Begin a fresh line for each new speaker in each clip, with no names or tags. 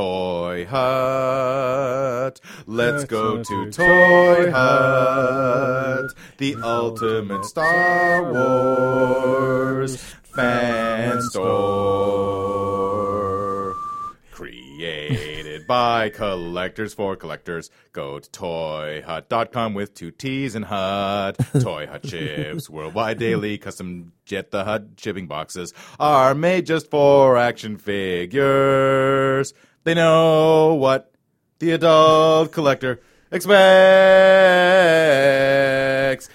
Toy Hut. Let's go to Toy Hut. The ultimate Star Wars fan store. Created by collectors for collectors. Go to toyhut.com with two T's and hut. Toy Hut chips, worldwide daily, custom Jet the Hut shipping boxes are made just for action figures. They know what the adult collector expects.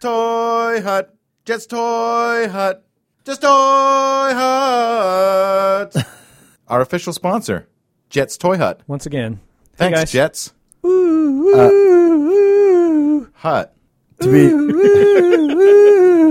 Toy Hut. Just Toy Hut. Just Toy Hut. Our official sponsor, Jets Toy Hut.
Once again,
Thanks,
guys.
Jets. Hut.
Uh, To be,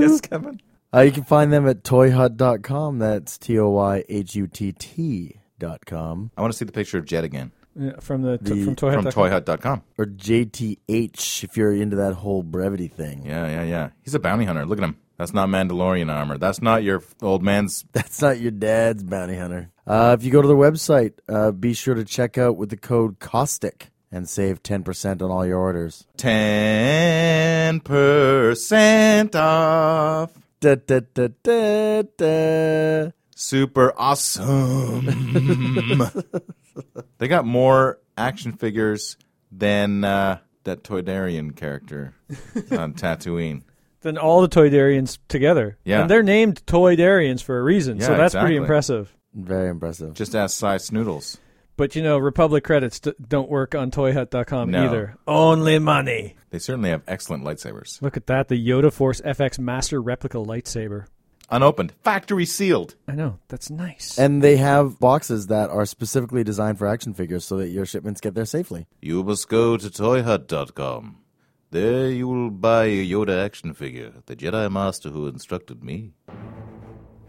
Yes, Kevin.
uh, you can find them at toyhut.com. That's T O Y H U T T dot com
I want to see the picture of Jet again
uh, from the,
The-
from Toy
from
Hut.
toyhut.com.
or JTH if you're into that whole brevity thing.
Yeah, yeah, yeah. He's a bounty hunter. Look at him. That's not Mandalorian armor. That's not your old man's.
That's not your dad's bounty hunter. Uh, if you go to their website, uh, be sure to check out with the code caustic and save 10% on all your orders.
10% off.
Da, da, da, da, da.
Super awesome. they got more action figures than uh, that Toydarian character on Tatooine.
Then all the Toydarians together.
Yeah.
And they're named Toydarians for a reason, so
Yeah,
that's
exactly.
pretty impressive.
Very impressive.
Just ask Cy Snoodles.
But you know, Republic credits d- don't work on toyhut.com
No.
either. Only money.
They certainly have excellent lightsabers.
Look at that, the Yoda Force FX Master replica lightsaber.
Unopened. Factory sealed.
I know, that's nice.
And they have boxes that are specifically designed for action figures so that your shipments get there safely.
You must go to toyhut.com. There you will buy a Yoda action figure, the Jedi Master who instructed me.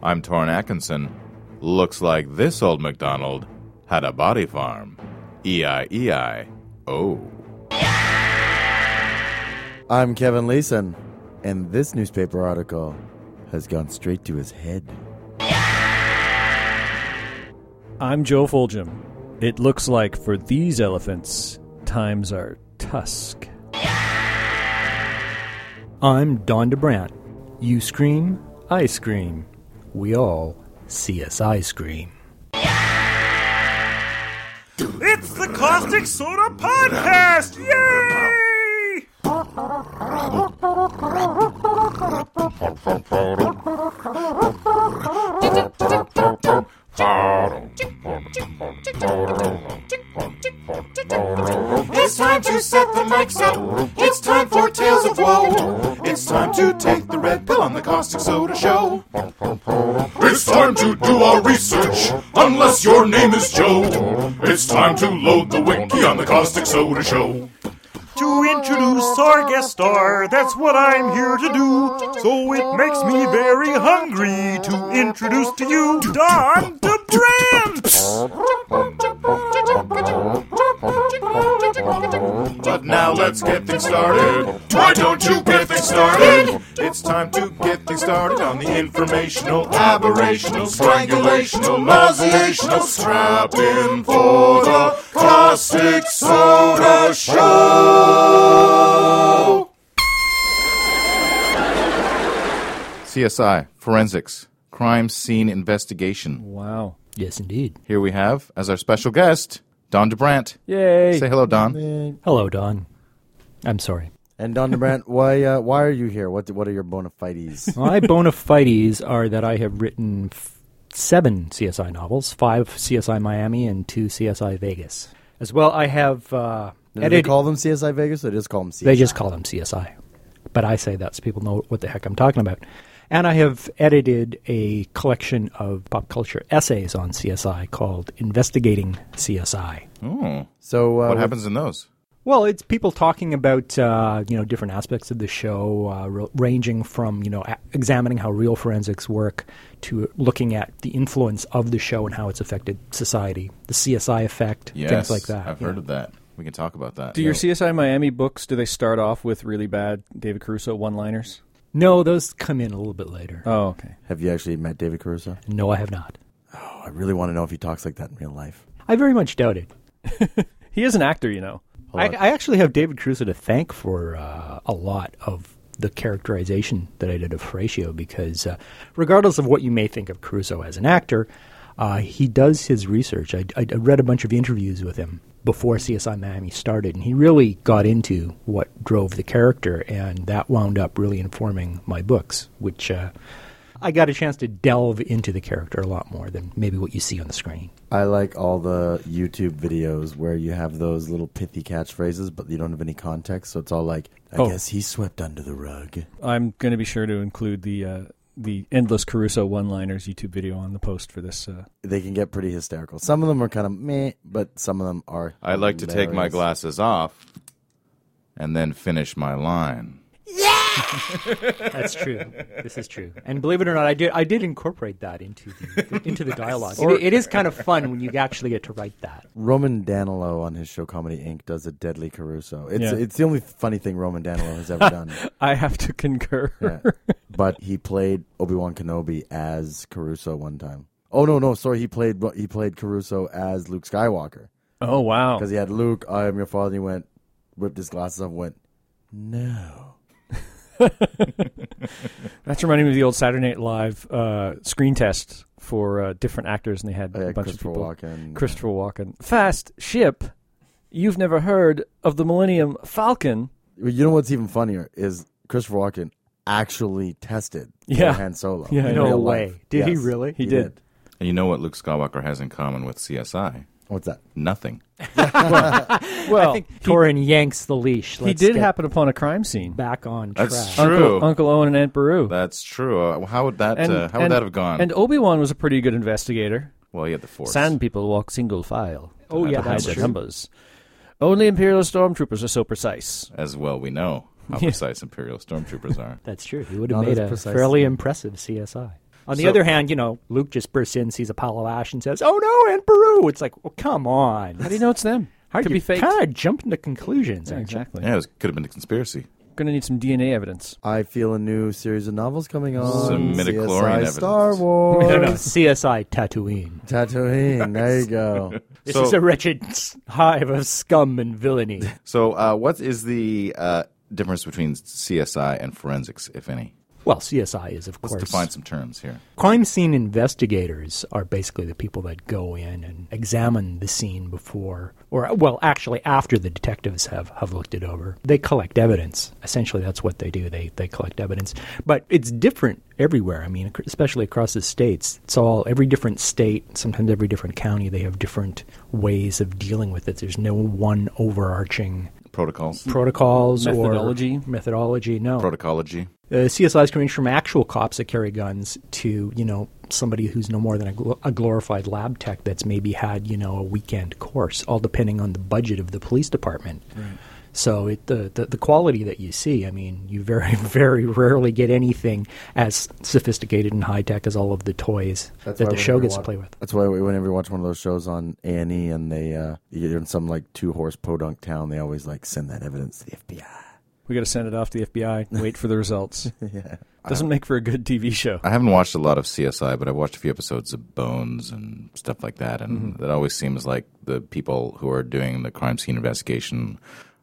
I'm Torn Atkinson. Looks like this old McDonald had a body farm. E E-I-E-I. Oh.
I'm Kevin Leeson, and this newspaper article has gone straight to his head.
I'm Joe Foljam. It looks like for these elephants, times are tusk.
I'm Don DeBrant. You scream, I scream. We all see us I scream.
It's the Caustic Soda Podcast! Yay!
It's time to set the mics up. It's time for Tales of Woe. It's time to take the red pill on the Caustic Soda Show. It's time to do our research, unless your name is Joe. It's time to load the wiki on the Caustic Soda Show.
To introduce our guest star, that's what I'm here to do. So it makes me very hungry to introduce to you Don DeBrant!
But now let's get things started. Why don't you get things started? It's time to get things started on the informational, aberrational, strangulational, nauseational, strapped in for the Caustic Soda Show. CSI, forensics, crime scene investigation.
Wow.
Yes, indeed.
Here we have, as our special guest, Don DeBrant.
Yay.
hello, Don.
Hello, Don. I'm sorry.
And Don DeBrandt, why uh, why are you here? What what are your bona fides?
My bona fides are that I have written f- seven CSI novels, five CSI Miami and two CSI Vegas. As well, I have uh,
Do they
edited.
call them CSI Vegas or they just call them CSI?
They just call them CSI. But I say that so people know what the heck I'm talking about. And I have edited a collection of pop culture essays on CSI called Investigating CSI.
Oh,
so uh,
what happens in those?
Well, it's people talking about uh, you know different aspects of the show, uh, r- ranging from you know a- examining how real forensics work to looking at the influence of the show and how it's affected society, the CSI effect, things like that.
I've
you
heard
know.
of that. We can talk about that.
Do your CSI Miami books do they start off with really bad David Caruso one-liners?
No, those come in a little bit later.
Oh, okay.
Have you actually met David Caruso?
no, I have not.
Oh, I really want to know if he talks like that in real life.
I very much doubt it.
He is an actor, you know.
I, I actually have David Crusoe to thank for uh, a lot of the characterization that I did of Horatio because, uh, regardless of what you may think of Crusoe as an actor, uh, he does his research. I, I I read a bunch of interviews with him before CSI Miami started, and he really got into what drove the character, and that wound up really informing my books, which uh, I got a chance to delve into the character a lot more than maybe what you see on the screen.
I like all the YouTube videos where you have those little pithy catchphrases, but you don't have any context. So it's all like, I
Oh.
guess he swept under the rug.
I'm going to be sure to include the uh, the endless Caruso one-liners YouTube video on the post for this. Uh,
They can get pretty hysterical. Some of them are kind of meh, but some of them are.
I like to take my
hilarious.
glasses off and then finish my line.
That's true. This is true. And believe it or not, I did I did incorporate that into the into the dialogue. It- it is kind of fun when you actually get to write that.
Roman Danilo on his show Comedy Inc. does a deadly Caruso. It's
Yeah.
it's the only funny thing Roman Danilo has ever done.
I have to concur.
Yeah. but he played Obi Wan Kenobi as Caruso one time. Oh no, no, sorry. He played he played Caruso as Luke Skywalker
Oh wow!
because he had Luke. I am your father. And he went ripped his glasses off. and Went no.
That's reminding me of the old Saturday Night Live uh, screen test for uh, different actors, and they had
Oh, yeah,
a bunch of
Christopher
people.
Walken.
Christopher Walken. Fast ship. You've never heard of the Millennium Falcon.
Well, you know what's even funnier is Christopher Walken actually tested for
Yeah.
Han Solo.
Yeah,
in
no
real
way.
life.
Did he
Yes,
really?
He did.
And you know what Luke Skywalker has in common with CSI?
What's that?
Nothing.
Well,
Torin yanks the leash.
he
Let's
did
get
happen upon a crime scene.
back on track.
That's true.
Uncle, Uncle Owen and Aunt Beru.
That's true. Uh, how would that
and,
uh, how would
and-
that have gone?
And Obi Wan was a pretty good investigator.
well, he had the force.
Sand people walk single file.
Oh, yeah,
to hide
that's
their
true.
numbers. Only Imperial stormtroopers are so precise.
as well we know how precise Imperial stormtroopers are.
That's true. He would
Not
have made
as
a
precise.
fairly impressive CSI. On the
So-
other hand, you know, Luke just bursts in, sees Apollo Ash, and says, "Oh no, and Peru!" It's like, well, come on.
How do you know it's them?
How do
Could
you
be fake.
kind of jump into conclusions? aren't you?
exactly.
Yeah, it was, could have been a conspiracy.
Going to need some DNA evidence.
I feel a new series of novels coming on.
Some midichlorian
CSI
evidence.
Star
No, no,
Wars.
CSI Tatooine.
Tatooine. There you go.
This
So-
is a wretched hive of scum and villainy.
So, uh, what is the uh, difference between CSI and forensics, if any?
Well, CSI is, of
Let's
course.
define some terms here.
Crime scene investigators are basically the people that go in and examine the scene before, or, well, actually after the detectives have, have looked it over. They collect evidence. Essentially, that's what they do. They, they collect evidence. But it's different everywhere. I mean, ac- especially across the states. It's all, every different state, sometimes every different county, they have different ways of dealing with it. There's no one overarching
Protocols,
protocols
Methodology?
or methodology. No,
protocology.
uh, CSI is coming from actual cops that carry guns to you know somebody who's no more than a, gl- a glorified lab tech that's maybe had you know a weekend course, all depending on the budget of the police department. So it, the, the the quality that you see, I mean, you very very rarely get anything as sophisticated and high tech as all of the toys that the show gets to play with.
That's why whenever you watch one of those shows on A and E, and they uh, you're in some like two horse podunk town, they always like send that evidence to the FBI.
We got to send it off to the FBI. Wait for the results.
Yeah.
Doesn't make for a good TV show.
I haven't watched a lot of CSI, but I've watched a few episodes of Bones and stuff like that, and
Mm-hmm.
that always seems like the people who are doing the crime scene investigation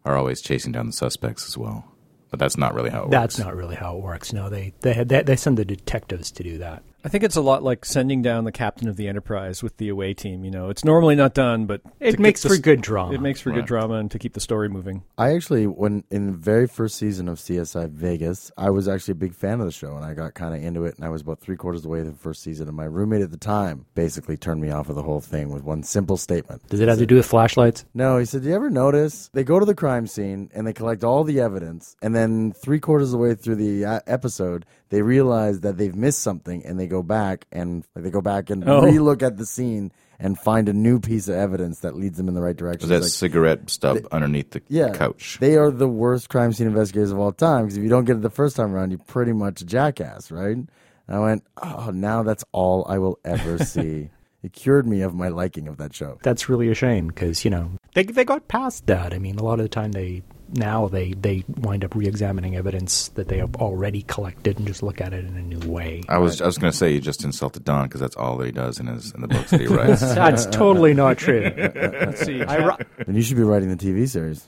are always chasing down the suspects as well. But that's not really how it
That's
works.
not really how it works. No, they they, they they send the detectives to do that.
I think it's a lot like sending down the captain of the Enterprise with the away team. You know, it's normally not done, but to
It
keep
makes
the
for
s-
good drama.
It makes for
Right.
good drama and to keep the story moving.
I actually, when in the very first season of CSI Vegas, I was actually a big fan of the show, and I got kind of into it. And I was about three quarters of the way through the first season, and my roommate at the time basically turned me off of the whole thing with one simple statement.
Does it have to do with flashlights?
No, he said, Do you ever notice they go to the crime scene and they collect all the evidence, and then three quarters of the way through the uh, episode, they realize that they've missed something, and they go back and like, they go back and
Oh.
relook at the scene and find a new piece of evidence that leads them in the right direction.
There's that
It's like,
cigarette stub underneath the
yeah,
couch.
They are the worst crime scene investigators of all time because if you don't get it the first time around, you're pretty much a jackass, right? And I went, oh, now that's all I will ever see. It cured me of my liking of that show.
that's really a shame because you know they they got past that. I mean, a lot of the time they now they they wind up re-examining evidence that they have already collected and just look at it in a new way.
I was I was going to say you just insulted Don because that's all that he does in his in the books that he writes.
That's totally not true. I ri-
Then you should be writing the TV series.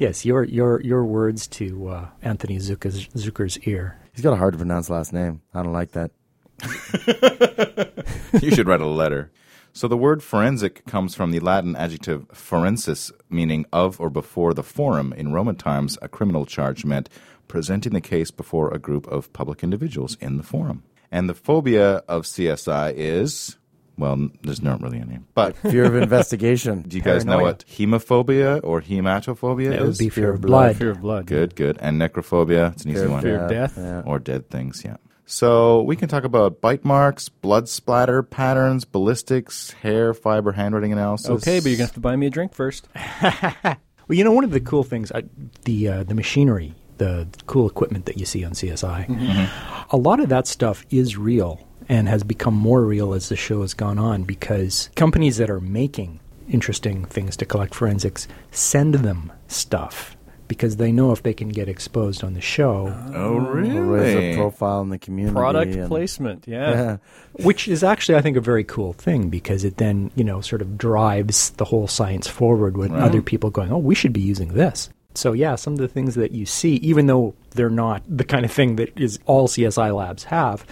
yes, your your your words to uh, Anthony Zucker's, Zucker's ear.
He's got a hard to pronounce last name. I don't like that.
you should write a letter. So the word forensic comes from the Latin adjective forensis, meaning of or before the forum. In Roman times, a criminal charge meant presenting the case before a group of public individuals in the forum. And the phobia of CSI is, well, there's not really any. But
Fear of investigation.
do you guys know
Paranoia.
what hemophobia or hematophobia
It
is?
would be fear of
blood.
blood.
Fear of blood.
good, good. And necrophobia, it's an easy one.
Fear of death.
or dead things, yeah. So we can talk about bite marks, blood splatter patterns, ballistics, hair fiber handwriting analysis.
Okay, but you're gonna have to buy me a drink first.
Well, you know, one of the cool things, uh, the uh, the machinery, the cool equipment that you see on CSI, a lot of that stuff is real and has become more real as the show has gone on because companies that are making interesting things to collect forensics send them stuff because they know if they can get exposed on the show,
Oh,
Or raise a
really?
profile in the community.
Product
and-
placement. Yeah.
Yeah.
which is actually I think a very cool thing because it then you know sort of drives the whole science forward with other people going, oh, we should be using this. So yeah, some of the things that you see, even though they're not the kind of thing that is all CSI labs have,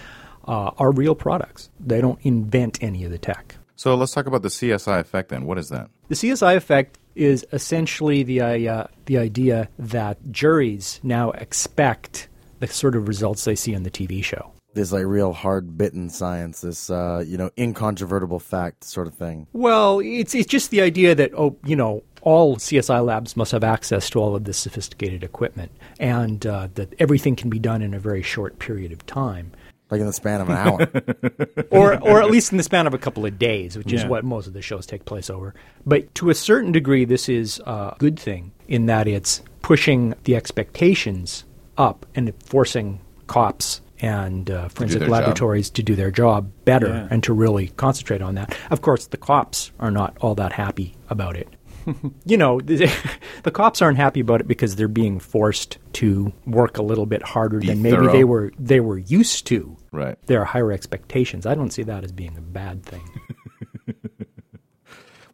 uh, are real products. They don't invent any of the tech.
So let's talk about the CSI effect then. What is that?
The CSI effect is essentially the uh, the idea that juries now expect the sort of results they see on the TV show.
This like real hard bitten science, this uh, you know, incontrovertible fact sort of thing.
Well, it's it's just the idea that oh, you know, all CSI labs must have access to all of this sophisticated equipment, and uh, that everything can be done in a very short period of time,
Like in the span of an hour.
or or at least in the span of a couple of days, which is
Yeah.
what most of the shows take place over. But to a certain degree, this is a good thing in that it's pushing the expectations up and forcing cops. And uh, forensic
their job.
laboratories to do their job better
Yeah.
and to really concentrate on that. Of course, the cops are not all that happy about it. you know, the, the cops aren't happy about it because they're being forced to work a little bit harder than maybe
thorough.
they were they were used to.
Right.
There are higher expectations. I don't see that as being a bad thing.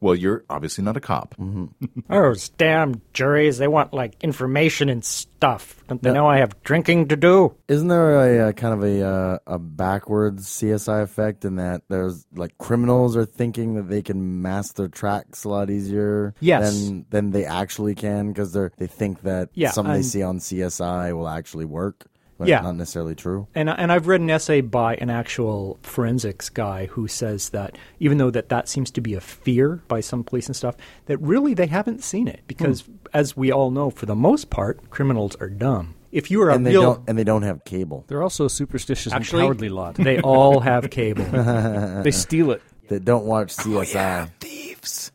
Well, you're obviously not a cop.
Oh, it's damn juries. They want, like, information and stuff. Don't they know I have drinking to do?
Isn't there a, uh kind of a uh, a backwards CSI effect in that there's like criminals are thinking that they can mask their tracks a lot easier
Yes.
than than they actually can because they're they think that
Yeah,
something they
and-
see on CSI will actually work. When
Yeah.
it's not necessarily true.
And and I've read an essay by an actual forensics guy who says that even though that that seems to be a fear by some police and stuff, that really they haven't seen it because
Hmm.
as we all know, for the most part, criminals are dumb. If you are a
And they
real
don't and they don't have cable.
They're also a superstitious
Actually-
and cowardly lot.
they all have cable.
they steal it.
That don't watch CSI.
Oh,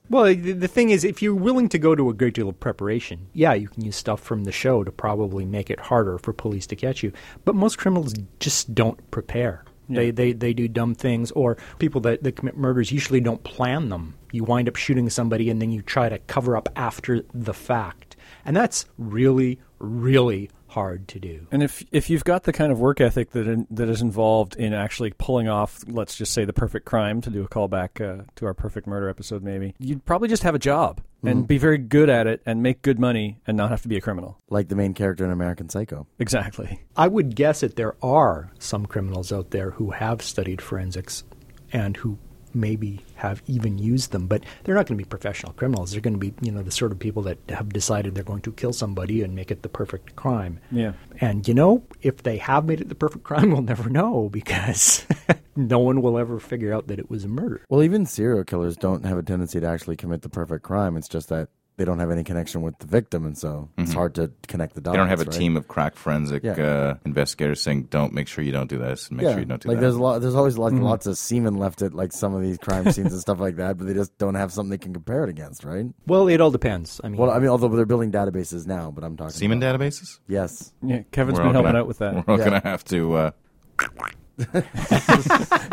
well, the, the thing is, if you're willing to go to a great deal of preparation, yeah, you can use stuff from the show to probably make it harder for police to catch you. But most criminals just don't prepare. They, they they do dumb things, or people that, that commit murders usually don't plan them. You wind up shooting somebody, and then you try to cover up after the fact, and that's really really hard to do.
And if if you've got the kind of work ethic that in, that is involved in actually pulling off, let's just say the perfect crime, to do a callback uh, to our perfect murder episode, maybe you'd probably just have a job
Mm-hmm.
and be very good at it and make good money and not have to be a criminal.
Like the main character in American Psycho.
Exactly.
I would guess that there are some criminals out there who have studied forensics and who maybe have even used them, but they're not going to be professional criminals. They're going to be, you know, the sort of people that have decided they're going to kill somebody and make it the perfect crime.
Yeah.
And, you know, if they have made it the perfect crime, we'll never know because no one will ever figure out that it was a murder.
Well, even serial killers don't have a tendency to actually commit the perfect crime. It's just that they don't have any connection with the victim, and so it's hard to connect the
Mm-hmm. They
dots.
don't have a
right?
team of crack forensic
Yeah.
uh, investigators saying, "Don't make sure you don't do this, and make sure you don't do
like
that."
there's a lot. There's always
Mm.
lots, lots of semen left at like some of these crime scenes and stuff like that, but they just don't have something they can compare it against, right?
Well, it all depends. I mean,
Well, I mean, although they're building databases now, but I'm talking
Semen
about-
databases.
Yes,
Yeah. Kevin's
We're
been
all
helping
gonna-
out with that.
We're all
Yeah.
gonna have to. Uh,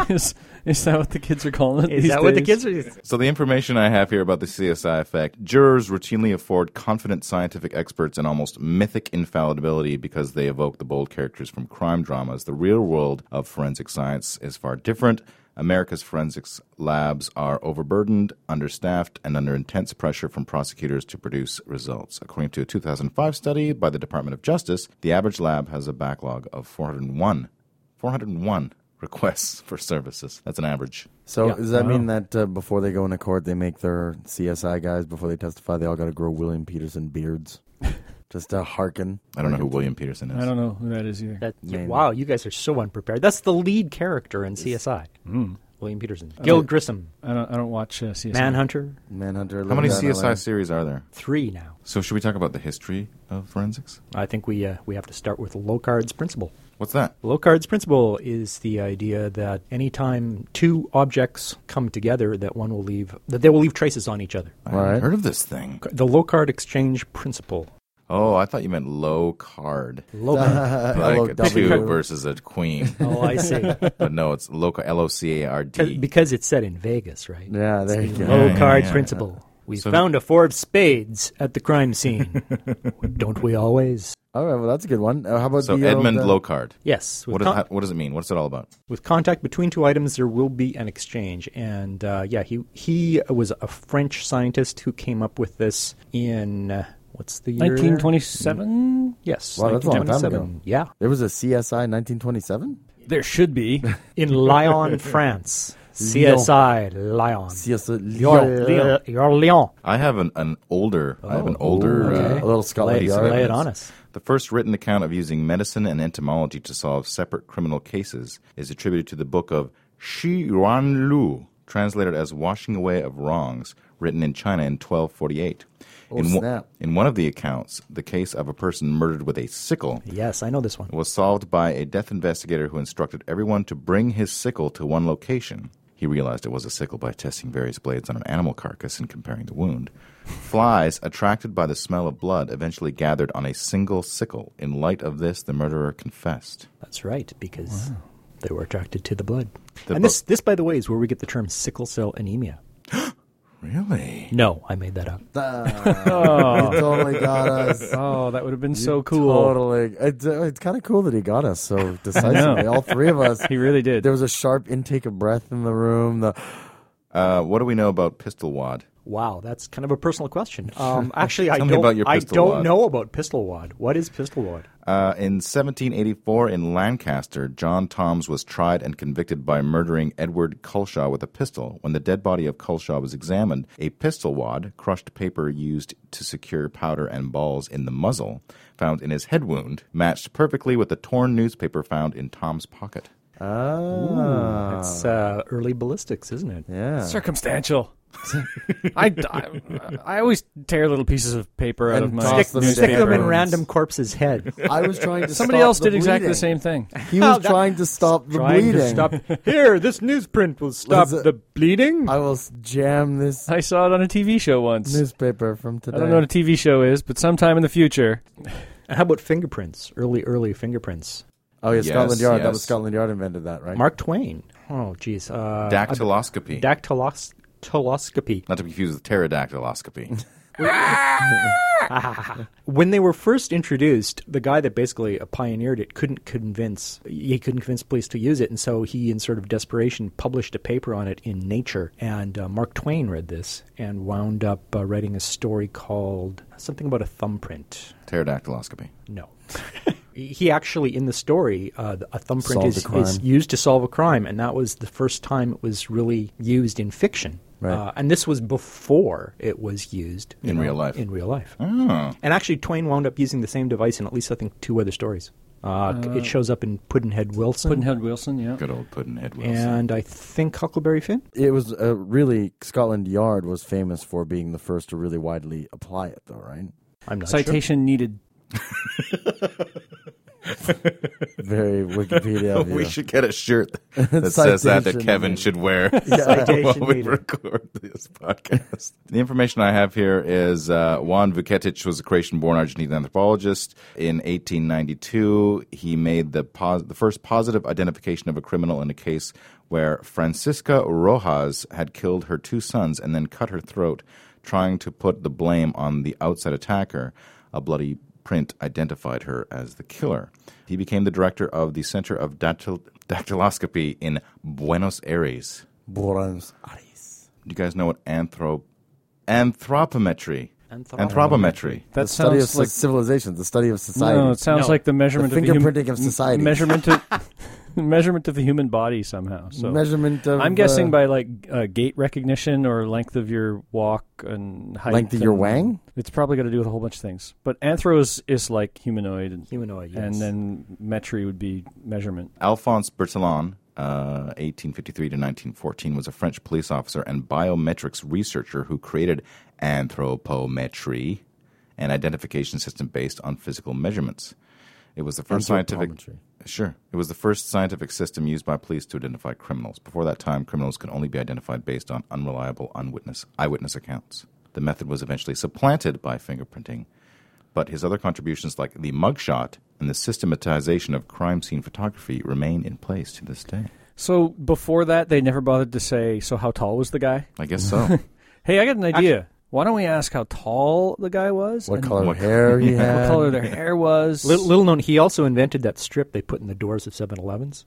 is, is that what the kids are calling it?
Is
these
that what the
days?
kids are?
So the information I have here about the CSI effect, jurors routinely afford confident scientific experts an almost mythic infallibility because they evoke the bold characters from crime dramas. The real world of forensic science is far different. America's forensics labs are overburdened, understaffed, and under intense pressure from prosecutors to produce results. According to a 2005 study by the Department of Justice, the average lab has a backlog of 401 401 requests for services. That's an average.
So does that
Oh.
mean that uh, before they go into court, they make their CSI guys before they testify, they all got to grow William Peterson beards, just to hearken.
I don't know who William Peterson is.
I don't know who that is either.
That, wow, you guys are so unprepared. That's the lead character in CSI.
Hmm.
William Peterson, Gil Grissom,
I don't. I don't watch uh, CSI.
Manhunter,
Manhunter.
How many
Linda, and Atlanta.
CSI series are there?
three now.
So should we talk about the history of forensics?
I think we uh, we have to start with Locard's principle.
What's that?
Locard's principle is the idea that anytime two objects come together, that one will leave that they will leave traces on each other.
I
All
haven't
right.
heard of this thing.
The Locard exchange principle.
Oh, I thought you meant low card.
Locard.
Like a two
LOW.
versus a queen.
oh, I see.
but no, it's local L O C A R D.
Because it's set in Vegas, right?
Yeah, there you
It's the
go.
Low
Yeah,
card
yeah, yeah.
principle. We
So-
found a four of spades at the crime scene. Don't we always?
All right, well that's a good one. Uh, how about
So
the,
Edmund
uh, the-
low card.
Yes. With,
What, is,
con-
how, what does it mean? What's it all about?
with contact between two items, there will be an exchange. And uh, yeah, he he was a French scientist who came up with this in uh, what's the year? there?
1927.
Yes.
Wow, that's a long time
1927.
ago.
Yeah,
There was a CSI 1927.
There should be.
in Lyon, France. CSI Lyon.
CSI
You're
Lyon.
Lyon. You're Lyon.
I have an, an older. I have an older.
Oh, okay.
uh,
A little Scotland
Lay,
piece of
Yard.
lay it
evidence.
on us.
The first written account of using medicine and entomology to solve separate criminal cases is attributed to the book of Shi Yuan Lu, translated as Washing Away of Wrongs, written in China in 1248. in, one-
snap.
in one of the accounts, the case of a person murdered with a sickle
Yes, I know this one.
was solved by a death investigator who instructed everyone to bring his sickle to one location. He realized it was a sickle by testing various blades on an animal carcass and comparing the wound. Flies, attracted by the smell of blood, eventually gathered on a single sickle. In light of this, the murderer confessed.
That's right, because they were attracted to the blood.
The
and
bu-
this, this, by the way, is where we get the term sickle cell anemia.
Really?
No, I made that up.
Ah, he totally got us.
Oh, that would have been so
You
Oh. cool.
Totally. It's, uh, it's kind of cool that he got us so decisively. All three of us.
He really did.
There was a sharp intake of breath in the room. The
Uh, what do we know about pistol wad?
Wow, that's kind of a personal question. Um, actually, I
Tell
don't.
me about your
I
pistol
don't
wad.
know about pistol wad. What is pistol wad?
Uh, in 1784 in Lancaster, John Toms was tried and convicted by murdering Edward Culshaw with a pistol. When the dead body of Culshaw was examined, a pistol wad, crushed paper used to secure powder and balls in the muzzle, found in his head wound, matched perfectly with the torn newspaper found in Tom's pocket.
ah,
That's uh, early ballistics, isn't it?
yeah.
Circumstantial. I, I, I always tear little pieces of paper out
And
of my
toss them-
newspaper.
Stick them in
Papers.
random corpse's head.
I was trying to.
Somebody
stop
else
the
did exactly the
bleeding.
same thing.
He was trying to stop the
Trying
bleeding.
to stop. Here, this newsprint will stop
Liza-
the bleeding. Uh,
I will s- jam this
I saw it on a TV show once.
newspaper from today.
I don't know what a TV show is, but sometime in the future,
And how about fingerprints? Early, early fingerprints.
Oh yeah,
Yes,
Scotland Yard. That
yes.
was Scotland Yard invented that, right?
Mark Twain. Oh, geez. Uh,
Dactyloscopy.
dactylos- Dactyloscopy.
Not to be confused with pterodactyloscopy.
When they were first introduced, the guy that basically pioneered it couldn't convince he couldn't convince police to use it, and so he, in sort of desperation, published a paper on it in Nature. And uh, Mark Twain read this and wound up uh, writing a story called something about a thumbprint.
pterodactyloscopy.
No. He actually, in the story, uh, a thumbprint
Solved
is,
a crime.
is used to solve a crime, and that was the first time it was really used in fiction.
Right.
Uh, and this was before it was used you
In real life.
In real life.
Oh.
And actually, Twain wound up using the same device in at least I think two other stories. Uh, c- it shows up in Pudd'nhead Wilson,
Puddinhead Wilson, yeah.
Good old Puddinhead Wilson.
and I think Huckleberry Finn.
It was uh, really Scotland Yard was famous for being the first to really widely apply it, though, right?
I'm not
Citation needed.
Very Wikipedia of you.
We should get a shirt that says that that
Citation
Kevin
needed.
should wear while
Citation
we
needed.
record this podcast. the information I have here is uh, Juan Vuketic was a Croatian-born Argentine anthropologist. In 1892, he made the pos- the first positive identification of a criminal in a case where Francisca Rojas had killed her two sons and then cut her throat, trying to put the blame on the outside attacker. A bloody print identified her as the killer. He became the director of the Center of Dactyl- Dactyloscopy in Buenos Aires.
Buenos Aires.
Do you guys know what anthrop anthropometry?
Anthrop-
Anthropometry.
That
The study of
sounds like
civilization, the study of society.
no. It sounds
No.
like the measurement
The
of the hum-
fingerprinting of
m-
society.
Measurement of measurement of the human body somehow. So
Measurement of.
I'm guessing
uh,
by like uh, gait recognition or length of your walk and height.
Length of your
and-
wang?
It's probably got to do with a whole bunch of things. But anthro is, is like humanoid, and,
Humanoid, yes.
and then metry would be measurement.
Alphonse Bertillon, uh, 1853 to 1914, was a French police officer and biometrics researcher who created anthropometry, an identification system based on physical measurements. It was the first scientific
Anthropometry.
sure. It was the first scientific system used by police to identify criminals. Before that time, criminals could only be identified based on unreliable unwitness eyewitness accounts. The method was eventually supplanted by fingerprinting but his other contributions like the mugshot and the systematization of crime scene photography remain in place to this day.
So before that, they never bothered to say. So how tall was the guy?
I guess so.
Hey, I got an idea. Why don't we ask how tall the guy was?
What
and
color
What-
hair he
What
had.
color their hair was?
Little, little known, he also invented that strip they put in the doors of 7-Elevens.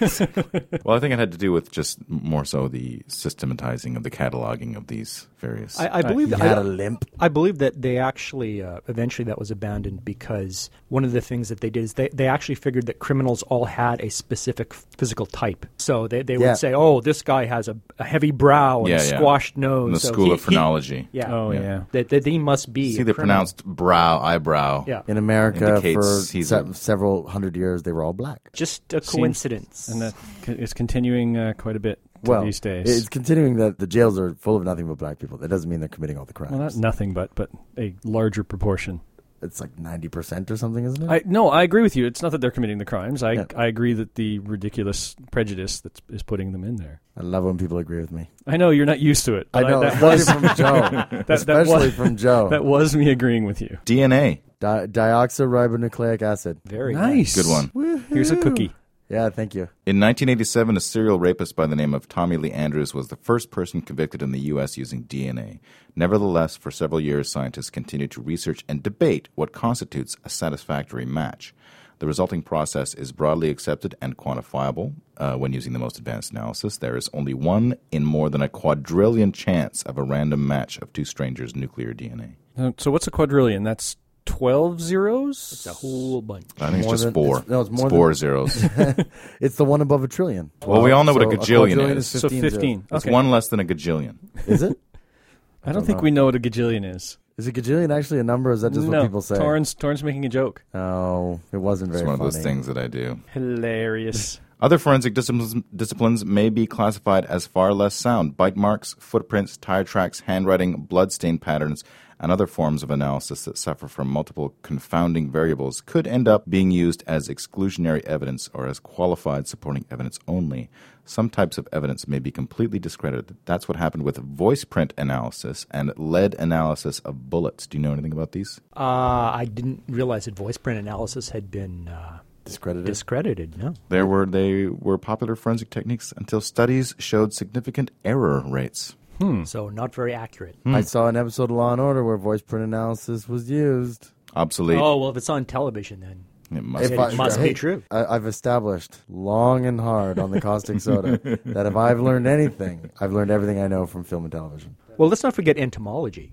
well, I think it had to do with just more so the systematizing of the cataloging of these various.
I, I
He
believe that,
had a
I,
limp.
I believe that they actually uh, eventually that was abandoned because one of the things that they did is they, they actually figured that criminals all had a specific physical type. So they, they
Yeah.
would say, "Oh, this guy has a, a heavy brow and
Yeah,
a
yeah.
squashed nose."
in the
oh, so
school
he-
of
he-
phrenology.
yeah.
Oh yeah.
That, that he must be.
See,
a
they
criminal.
pronounced brow, eyebrow.
Yeah.
In America,
Indicates
for
he's
se-
a-
several hundred years, they were all black.
Just a
Seems-
coincidence.
and that c- it's continuing uh, quite a bit to
Well,
these days.
it's continuing that the jails are full of nothing but black people. That doesn't mean they're committing all the crimes.
well, not nothing, but but a larger proportion.
it's like ninety percent or something, isn't it?
I no, I agree with you. It's not that they're committing the crimes. I
Yeah.
I agree that the ridiculous prejudice that is putting them in there.
I love when people agree with me.
I know you're not used to it.
I
but
know,
that
especially
was
from Joe.
that, that
especially
was
from Joe.
that was me agreeing with you.
DNA.
Di- dioxyribonucleic acid.
Very
Nice,
Good one.
Here's a cookie.
Yeah, thank you.
In 1987, a serial rapist by the name of Tommy Lee Andrews was the first person convicted in the U.S. using DNA. Nevertheless, for several years, scientists continued to research and debate what constitutes a satisfactory match. The resulting process is broadly accepted and quantifiable uh, when using the most advanced analysis. There is only one in more than a quadrillion chance of a random match of two strangers' nuclear DNA.
Uh, So what's a quadrillion? That's twelve zeros.
It's a whole bunch.
I think it's
More
just
than-
four.
it's- no, it's more
four
than-
zeros.
It's the one above a trillion.
Well, we all know what a
So
gajillion
quadrillion
is.
so
zeros.
fifteen.
It's
okay.
one less than a gajillion.
Is it?
I don't think we know what a gajillion is.
Is a gajillion actually a number? Or is that just
no,
what people say?
Torrance, Torrance making a joke.
Oh, it wasn't
It's
very
one of
funny.
those things that I do.
Hilarious.
Other forensic disciplines, disciplines may be classified as far less sound. Bite marks, footprints, tire tracks, handwriting, blood stain patterns, and other forms of analysis that suffer from multiple confounding variables could end up being used as exclusionary evidence or as qualified supporting evidence only. Some types of evidence may be completely discredited. That's what happened with voice print analysis and lead analysis of bullets. Do you know anything about these?
Uh, I didn't realize that voice print analysis had been uh,
Discredited.
discredited. No.
There were they were popular forensic techniques until studies showed significant error rates.
So not very accurate.
Hmm.
I saw an episode of Law and Order where voice print analysis was used.
Obsolete.
Oh well, if it's on television, then
It must
If
be.
I-
it must
hey,
be true.
I, I've established long and hard on the caustic soda that if I've learned anything, I've learned everything I know from film and television.
Well, let's not forget entomology.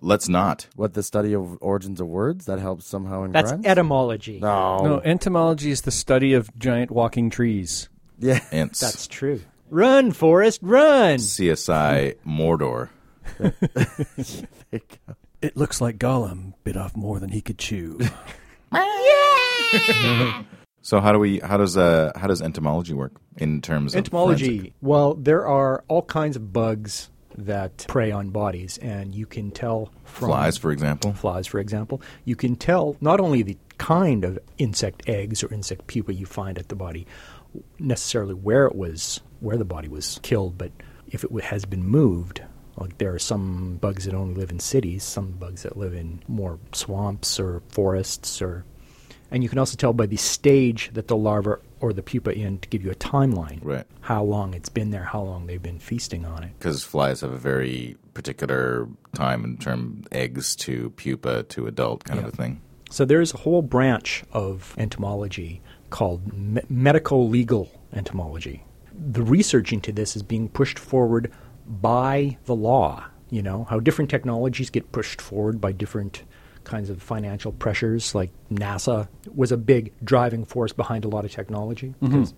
Let's not.
What the study of origins of words that helps somehow in
That's
crimes?
etymology.
no.
No, entomology is the study of giant walking trees.
Yeah,
Ants.
That's true. Run, Forrest, run.
CSI Mordor.
It looks like Gollum bit off more than he could chew.
So how do we? How does uh how does entomology work in terms of
Entomology.
forensic?
Well, there are all kinds of bugs that prey on bodies, and you can tell from
Flies, for example.
flies, for example, you can tell not only the kind of insect eggs or insect pupa you find at the body, necessarily where it was, where the body was killed, but if it w- has been moved. Like there are some bugs that only live in cities, some bugs that live in more swamps or forests or. And you can also tell by the stage that the larva or the pupa in to give you a timeline,
Right.
how long it's been there, how long they've been feasting on it.
Because flies have a very particular time in term eggs to pupa to adult kind of a thing.
So there is a whole branch of entomology called me- medical legal entomology. The research into this is being pushed forward by the law. You know, how different technologies get pushed forward by different kinds of financial pressures, like NASA was a big driving force behind a lot of technology.
Mm-hmm.
'Cause-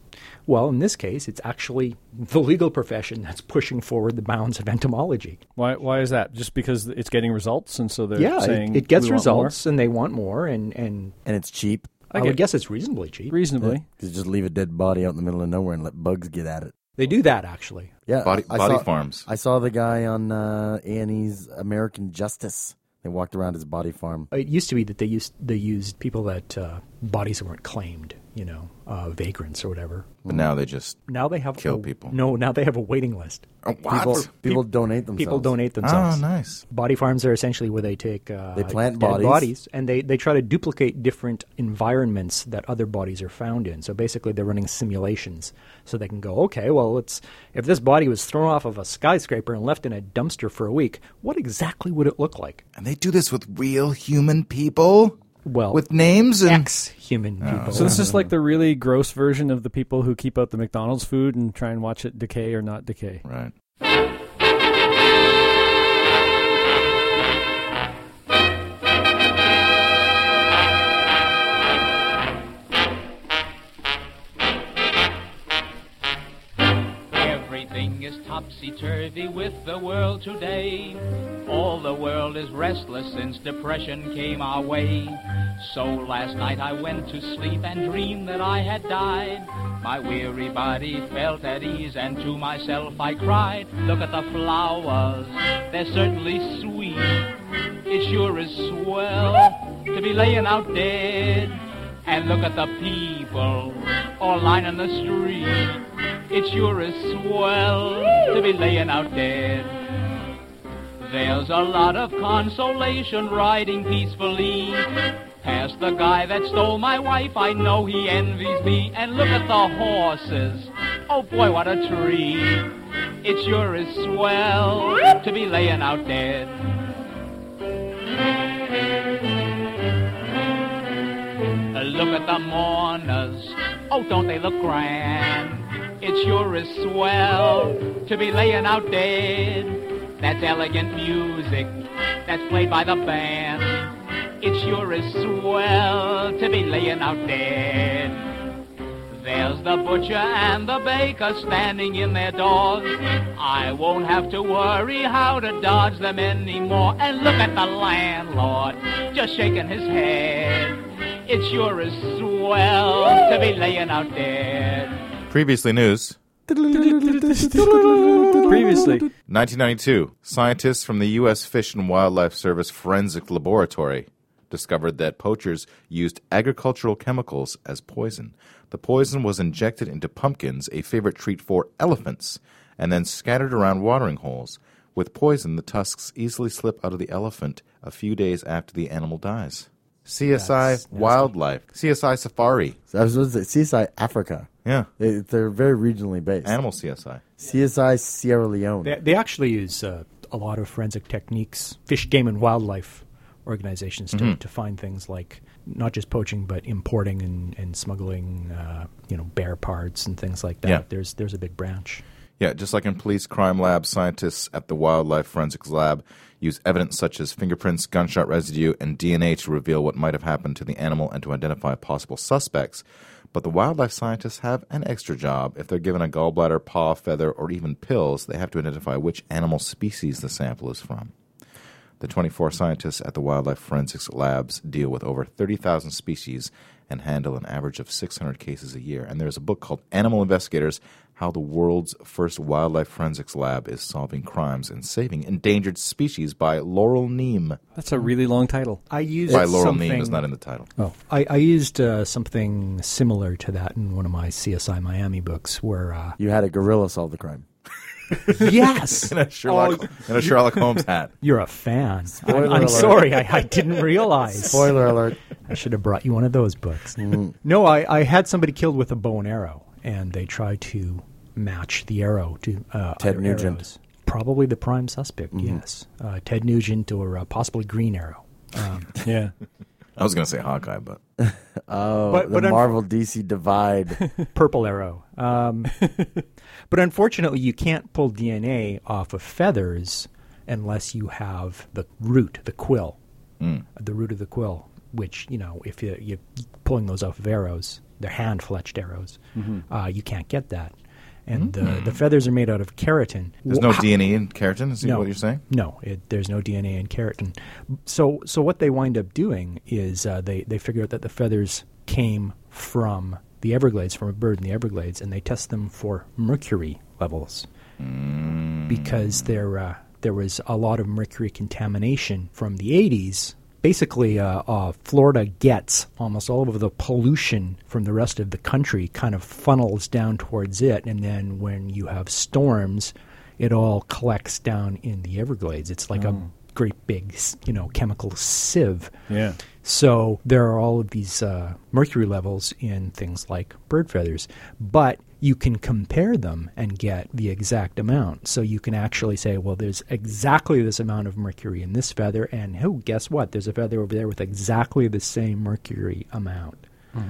Well, in this case, it's actually the legal profession that's pushing forward the bounds of entomology.
Why? Why is that? Just because it's getting results, and so they're
Yeah,
saying
it, it gets
"We want more."
results and they want more, and, and
and it's cheap.
I,
get-
would guess it's reasonably cheap.
reasonably.
'Cause just leave a dead body out in the middle of nowhere and let bugs get at it.
They do that actually.
Yeah,
Body,
I
body
saw,
farms.
I saw the guy on uh, A&E's American Justice. They walked around his body farm.
It used to be that they used they used people that uh, bodies that weren't claimed, you know, uh, vagrants or whatever.
but now they just.
Now they have
Kill
a-
people.
No, now they have a waiting list.
Oh,
People,
what?
people donate themselves.
People donate
Oh,
themselves.
nice.
Body farms are essentially where they take uh,
They plant
dead
bodies.
and they, they try to duplicate different environments that other bodies are found in. So basically, they're running simulations so they can go, okay, well, it's if this body was thrown off of a skyscraper and left in a dumpster for a week, what exactly would it look like?
And they do this with real human people?
Well,
With names and.
ex human people.
So this is like the really gross version of the people who keep out the McDonald's food and try and watch it decay or not decay.
Right.
Everything is topsy turvy with the world today. All the world is restless since depression came our way. So last night I went to sleep and dreamed that I had died. My weary body felt at ease, and to myself I cried, Look at the flowers, they're certainly sweet. It sure is swell to be laying out dead and look at the people all lining the street. It sure is swell to be laying out dead. There's a lot of consolation riding peacefully. Past the guy that stole my wife, I know he envies me. And look at the horses. Oh boy, what a treat. It sure is swell to be laying out dead. Look at the mourners. Oh, don't they look grand? It sure is swell to be laying out dead. That's elegant music that's played by the band. It sure is swell to be laying out dead. There's the butcher and the baker standing in their doors. I won't have to worry how to dodge them anymore. And look at the landlord just shaking his head. It sure is swell to be laying out dead.
Previously news.
Previously,
1992, scientists from the U.S. Fish and Wildlife Service Forensic Laboratory discovered that poachers used agricultural chemicals as poison. The poison was injected into pumpkins, a favorite treat for elephants, and then scattered around watering holes. With poison, the tusks easily slip out of the elephant a few days after the animal dies. CSI Wildlife, CSI Safari.
So I was supposed to say CSI Africa.
Yeah,
They, they're very regionally based.
animal CSI.
CSI Sierra Leone.
They, they actually use uh, a lot of forensic techniques, fish, game, and wildlife organizations to, to find things like not just poaching, but importing and, and smuggling, uh, you know, bear parts and things like that.
Yeah.
There's there's a big branch.
Yeah, just like in police crime lab, scientists at the Wildlife Forensics Lab use evidence such as fingerprints, gunshot residue, and DNA to reveal what might have happened to the animal and to identify possible suspects. But the wildlife scientists have an extra job. If they're given a gallbladder, paw, feather, or even pills, they have to identify which animal species the sample is from. The 24 scientists at the Wildlife Forensics Labs deal with over 30,000 species and handle an average of 600 cases a year. And there's a book called Animal Investigators How the World's First Wildlife Forensics Lab is Solving Crimes and Saving Endangered Species by Laurel Neem.
That's a really long title.
I used
By Laurel
something.
Neem is not in the title.
Oh, I, I used uh, something similar to that in one of my CSI Miami books, where uh,
You had a gorilla solve the crime.
yes,
In a Sherlock, in a Sherlock Holmes hat.
you're a fan.
Spoiler
I'm, I'm
alert.
sorry, I, I didn't realize.
Spoiler alert.
I should have brought you one of those books.
Mm.
No, I, I had somebody killed with a bow and arrow, and they tried to match the arrow to uh,
Ted
other
Nugent. Mm-hmm.
arrows. probably the prime suspect. Yes, uh, Ted Nugent or uh, possibly Green Arrow. Um,
Yeah.
I was going to say Hawkeye, but
Oh,
But-
the
but I'm-
Marvel DC divide.
Purple Arrow. Um, but unfortunately, you can't pull DNA off of feathers unless you have the root, the quill,
Hmm.
the root of the quill. Which you know, if you, you're pulling those off of arrows, they're hand fletched arrows.
Mm-hmm.
Uh, you can't get that, and the, the feathers are made out of keratin.
Hmm. there's no DNA in keratin, is
No.
what you're saying?
No, it, there's no DNA in keratin. So, so what they wind up doing is uh, they they figure out that the feathers came from the Everglades, from a bird in the Everglades, and they test them for mercury levels because there uh, there was a lot of mercury contamination from the 80s. Basically, uh, uh, Florida gets almost all of the pollution from the rest of the country, kind of funnels down towards it, and then when you have storms, it all collects down in the Everglades. It's like a great big, s- you know, chemical sieve.
Yeah.
So there are all of these uh, mercury levels in things like bird feathers, but you can compare them and get the exact amount. So you can actually say, well, there's exactly this amount of mercury in this feather, and oh, guess what? There's a feather over there with exactly the same mercury amount.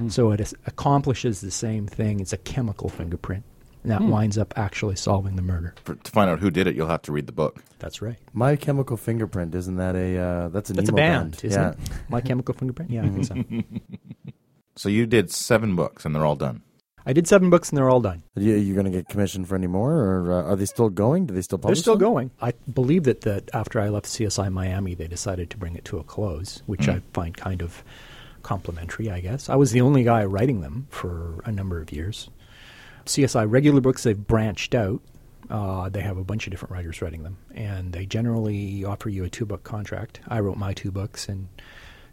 So it is, accomplishes the same thing. It's a chemical fingerprint, and that winds up actually solving the murder.
For, to find out who did it, you'll have to read the book.
That's right.
My Chemical Fingerprint isn't that a uh, that's an
That's
emo
a band, isn't
yeah.
it? My Chemical Fingerprint. Yeah, I think so.
So you did seven books, and they're all done.
I did seven books, and they're all done.
Are you, going to get commissioned for any more, or uh, are they still going? Do they still
They're
publish?
still
them?
going. I believe that, that after I left CSI Miami, they decided to bring it to a close, which I
Hmm.
find kind of complimentary, I guess. I was the only guy writing them for a number of years. CSI regular books, they've branched out. Uh, they have a bunch of different writers writing them, and they generally offer you a two book contract. I wrote my two books, and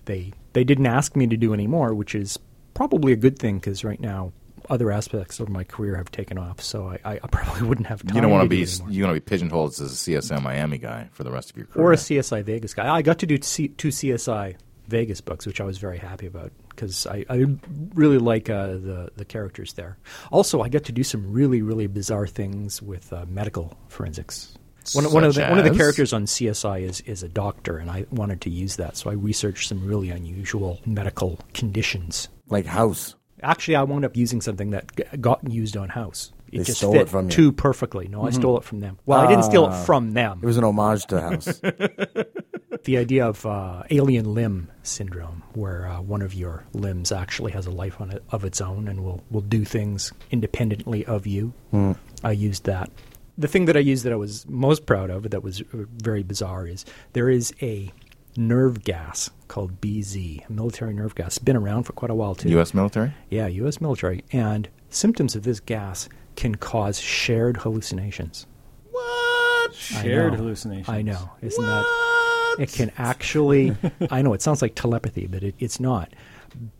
they they didn't ask me to do any more, which is probably a good thing because right now other aspects of my career have taken off, so I, I probably wouldn't have time.
You don't want to
to
be
do anymore
you want to be pigeonholed as a CSM Miami guy for the rest of your career.
or a CSI Vegas guy. I got to do C- two CSI Vegas books, which I was very happy about because I, I really like uh, the the characters there. Also, I got to do some really really bizarre things with uh, medical forensics. One, one of the
Such
one of the
as?
characters on CSI is is a doctor, and I wanted to use that, so I researched some really unusual medical conditions.
Like House.
Actually, I wound up using something that g- got used on House. It
They
just
stole
fit
it from you. Mm-hmm. Ah.
too perfectly. No, I stole it from them. Well, I didn't steal it from them
It was an homage to House.
the idea of uh, alien limb syndrome, where uh, one of your limbs actually has a life on it of its own and will, will do things independently of you. I used that. The thing that I used that I was most proud of, that was uh, very bizarre, is there is a nerve gas called BZ, a military nerve gas. It's been around for quite a while, too.
U.S. military.
Yeah, U.S. military. And symptoms of this gas can cause shared hallucinations. I
Shared
know.
hallucinations.
I know. Isn't that? It can actually. I know it sounds like telepathy, but it, it's not.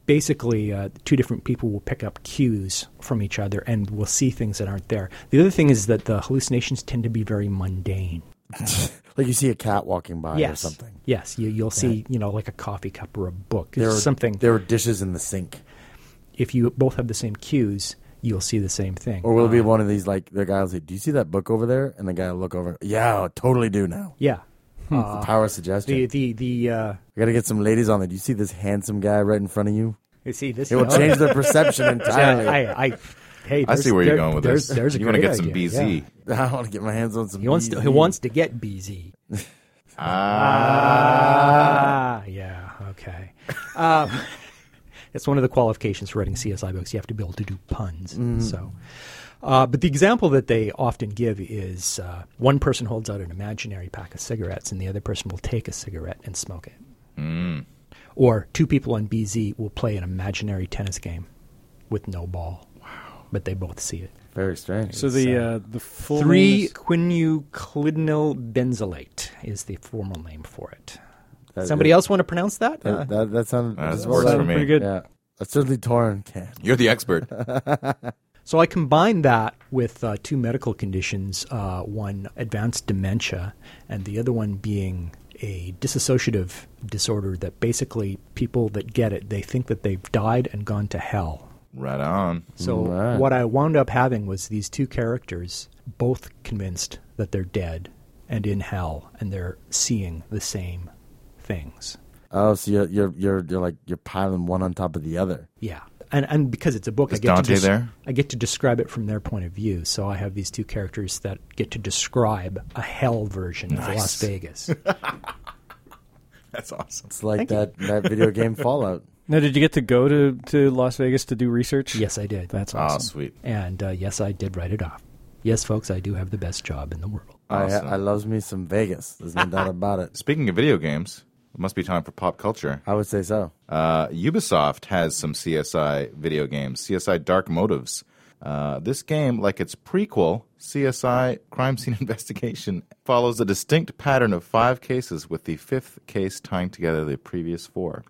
Basically, uh, two different people will pick up cues from each other and will see things that aren't there. The other thing is that the hallucinations tend to be very mundane.
like you see a cat walking by or
yes.
something.
Yes. You, you'll see, you know, like a coffee cup or a book.
There are
something.
There are dishes in the sink,
If you both have the same cues, you'll see the same thing.
or will it be one of these like the guy will say, "Do you see that book over there?" And the guy will look over. Yeah, I totally do now.
yeah.
It's
Uh,
the power of suggestion.
The the the. Uh,
I gotta get some ladies on there. Do you see this handsome guy right in front of you?
you see this.
It will change their perception entirely.
I, I, hey,
I see
there's-
where you're
there-
going with
there's,
this.
There's a
you want to
great
get some
idea, yeah.
BZ.
I want to get my hands on some.
He wants to. He
BZ.
wants to get BZ.
Uh,
Ah, yeah. Okay. Um, it's one of the qualifications for writing CSI books. You have to be able to do puns.
Mm.
So, uh, but the example that they often give is uh, one person
Mm.
holds out an imaginary pack of cigarettes, and the other person will take a cigarette and smoke it. Or two people on BZ will play an imaginary tennis game with no ball. Wow. But they both see it.
Very strange.
So the uh, the full name
Three
is-
quinuclidinyl benzylate is the formal name for it.
That-
Somebody
that-
else want to pronounce that? Uh,
That, that, that sounded
That
just
works
well
for
done.
me.
pretty good.
Yeah, Uh, certainly Torn can.
You're the expert.
So I combined that with uh, two medical conditions uh, one advanced dementia, and the other one being a dissociative disorder that basically people that get it, they think that they've died and gone to hell.
right on.
So
Right.
what I wound up having was these two characters both convinced that they're dead and in hell, and they're seeing the same things.
Oh, so you're you're you're, you're like you're piling one on top of the other.
Yeah. And, and because it's a book,
Is
I get
Dante
to des-
there?
I get to describe it from their point of view. So I have these two characters that get to describe a hell version of Las Vegas.
That's awesome.
It's like that, that video game Fallout.
Now, did you get to go to, to Las Vegas to do research?
yes, I did.
That's
Oh,
awesome.
sweet.
And uh, yes, I did write it off. Yes, folks, I do have the best job in the world.
Awesome.
I I loves me some Vegas. There's no doubt about it.
Speaking of video games, it must be time for pop culture.
I would say so.
Uh, Ubisoft has some CSI video games, CSI Dark Motives. Uh, this game, like its prequel, CSI Crime Scene Investigation, follows a distinct pattern of five cases, with the fifth case tying together the previous four.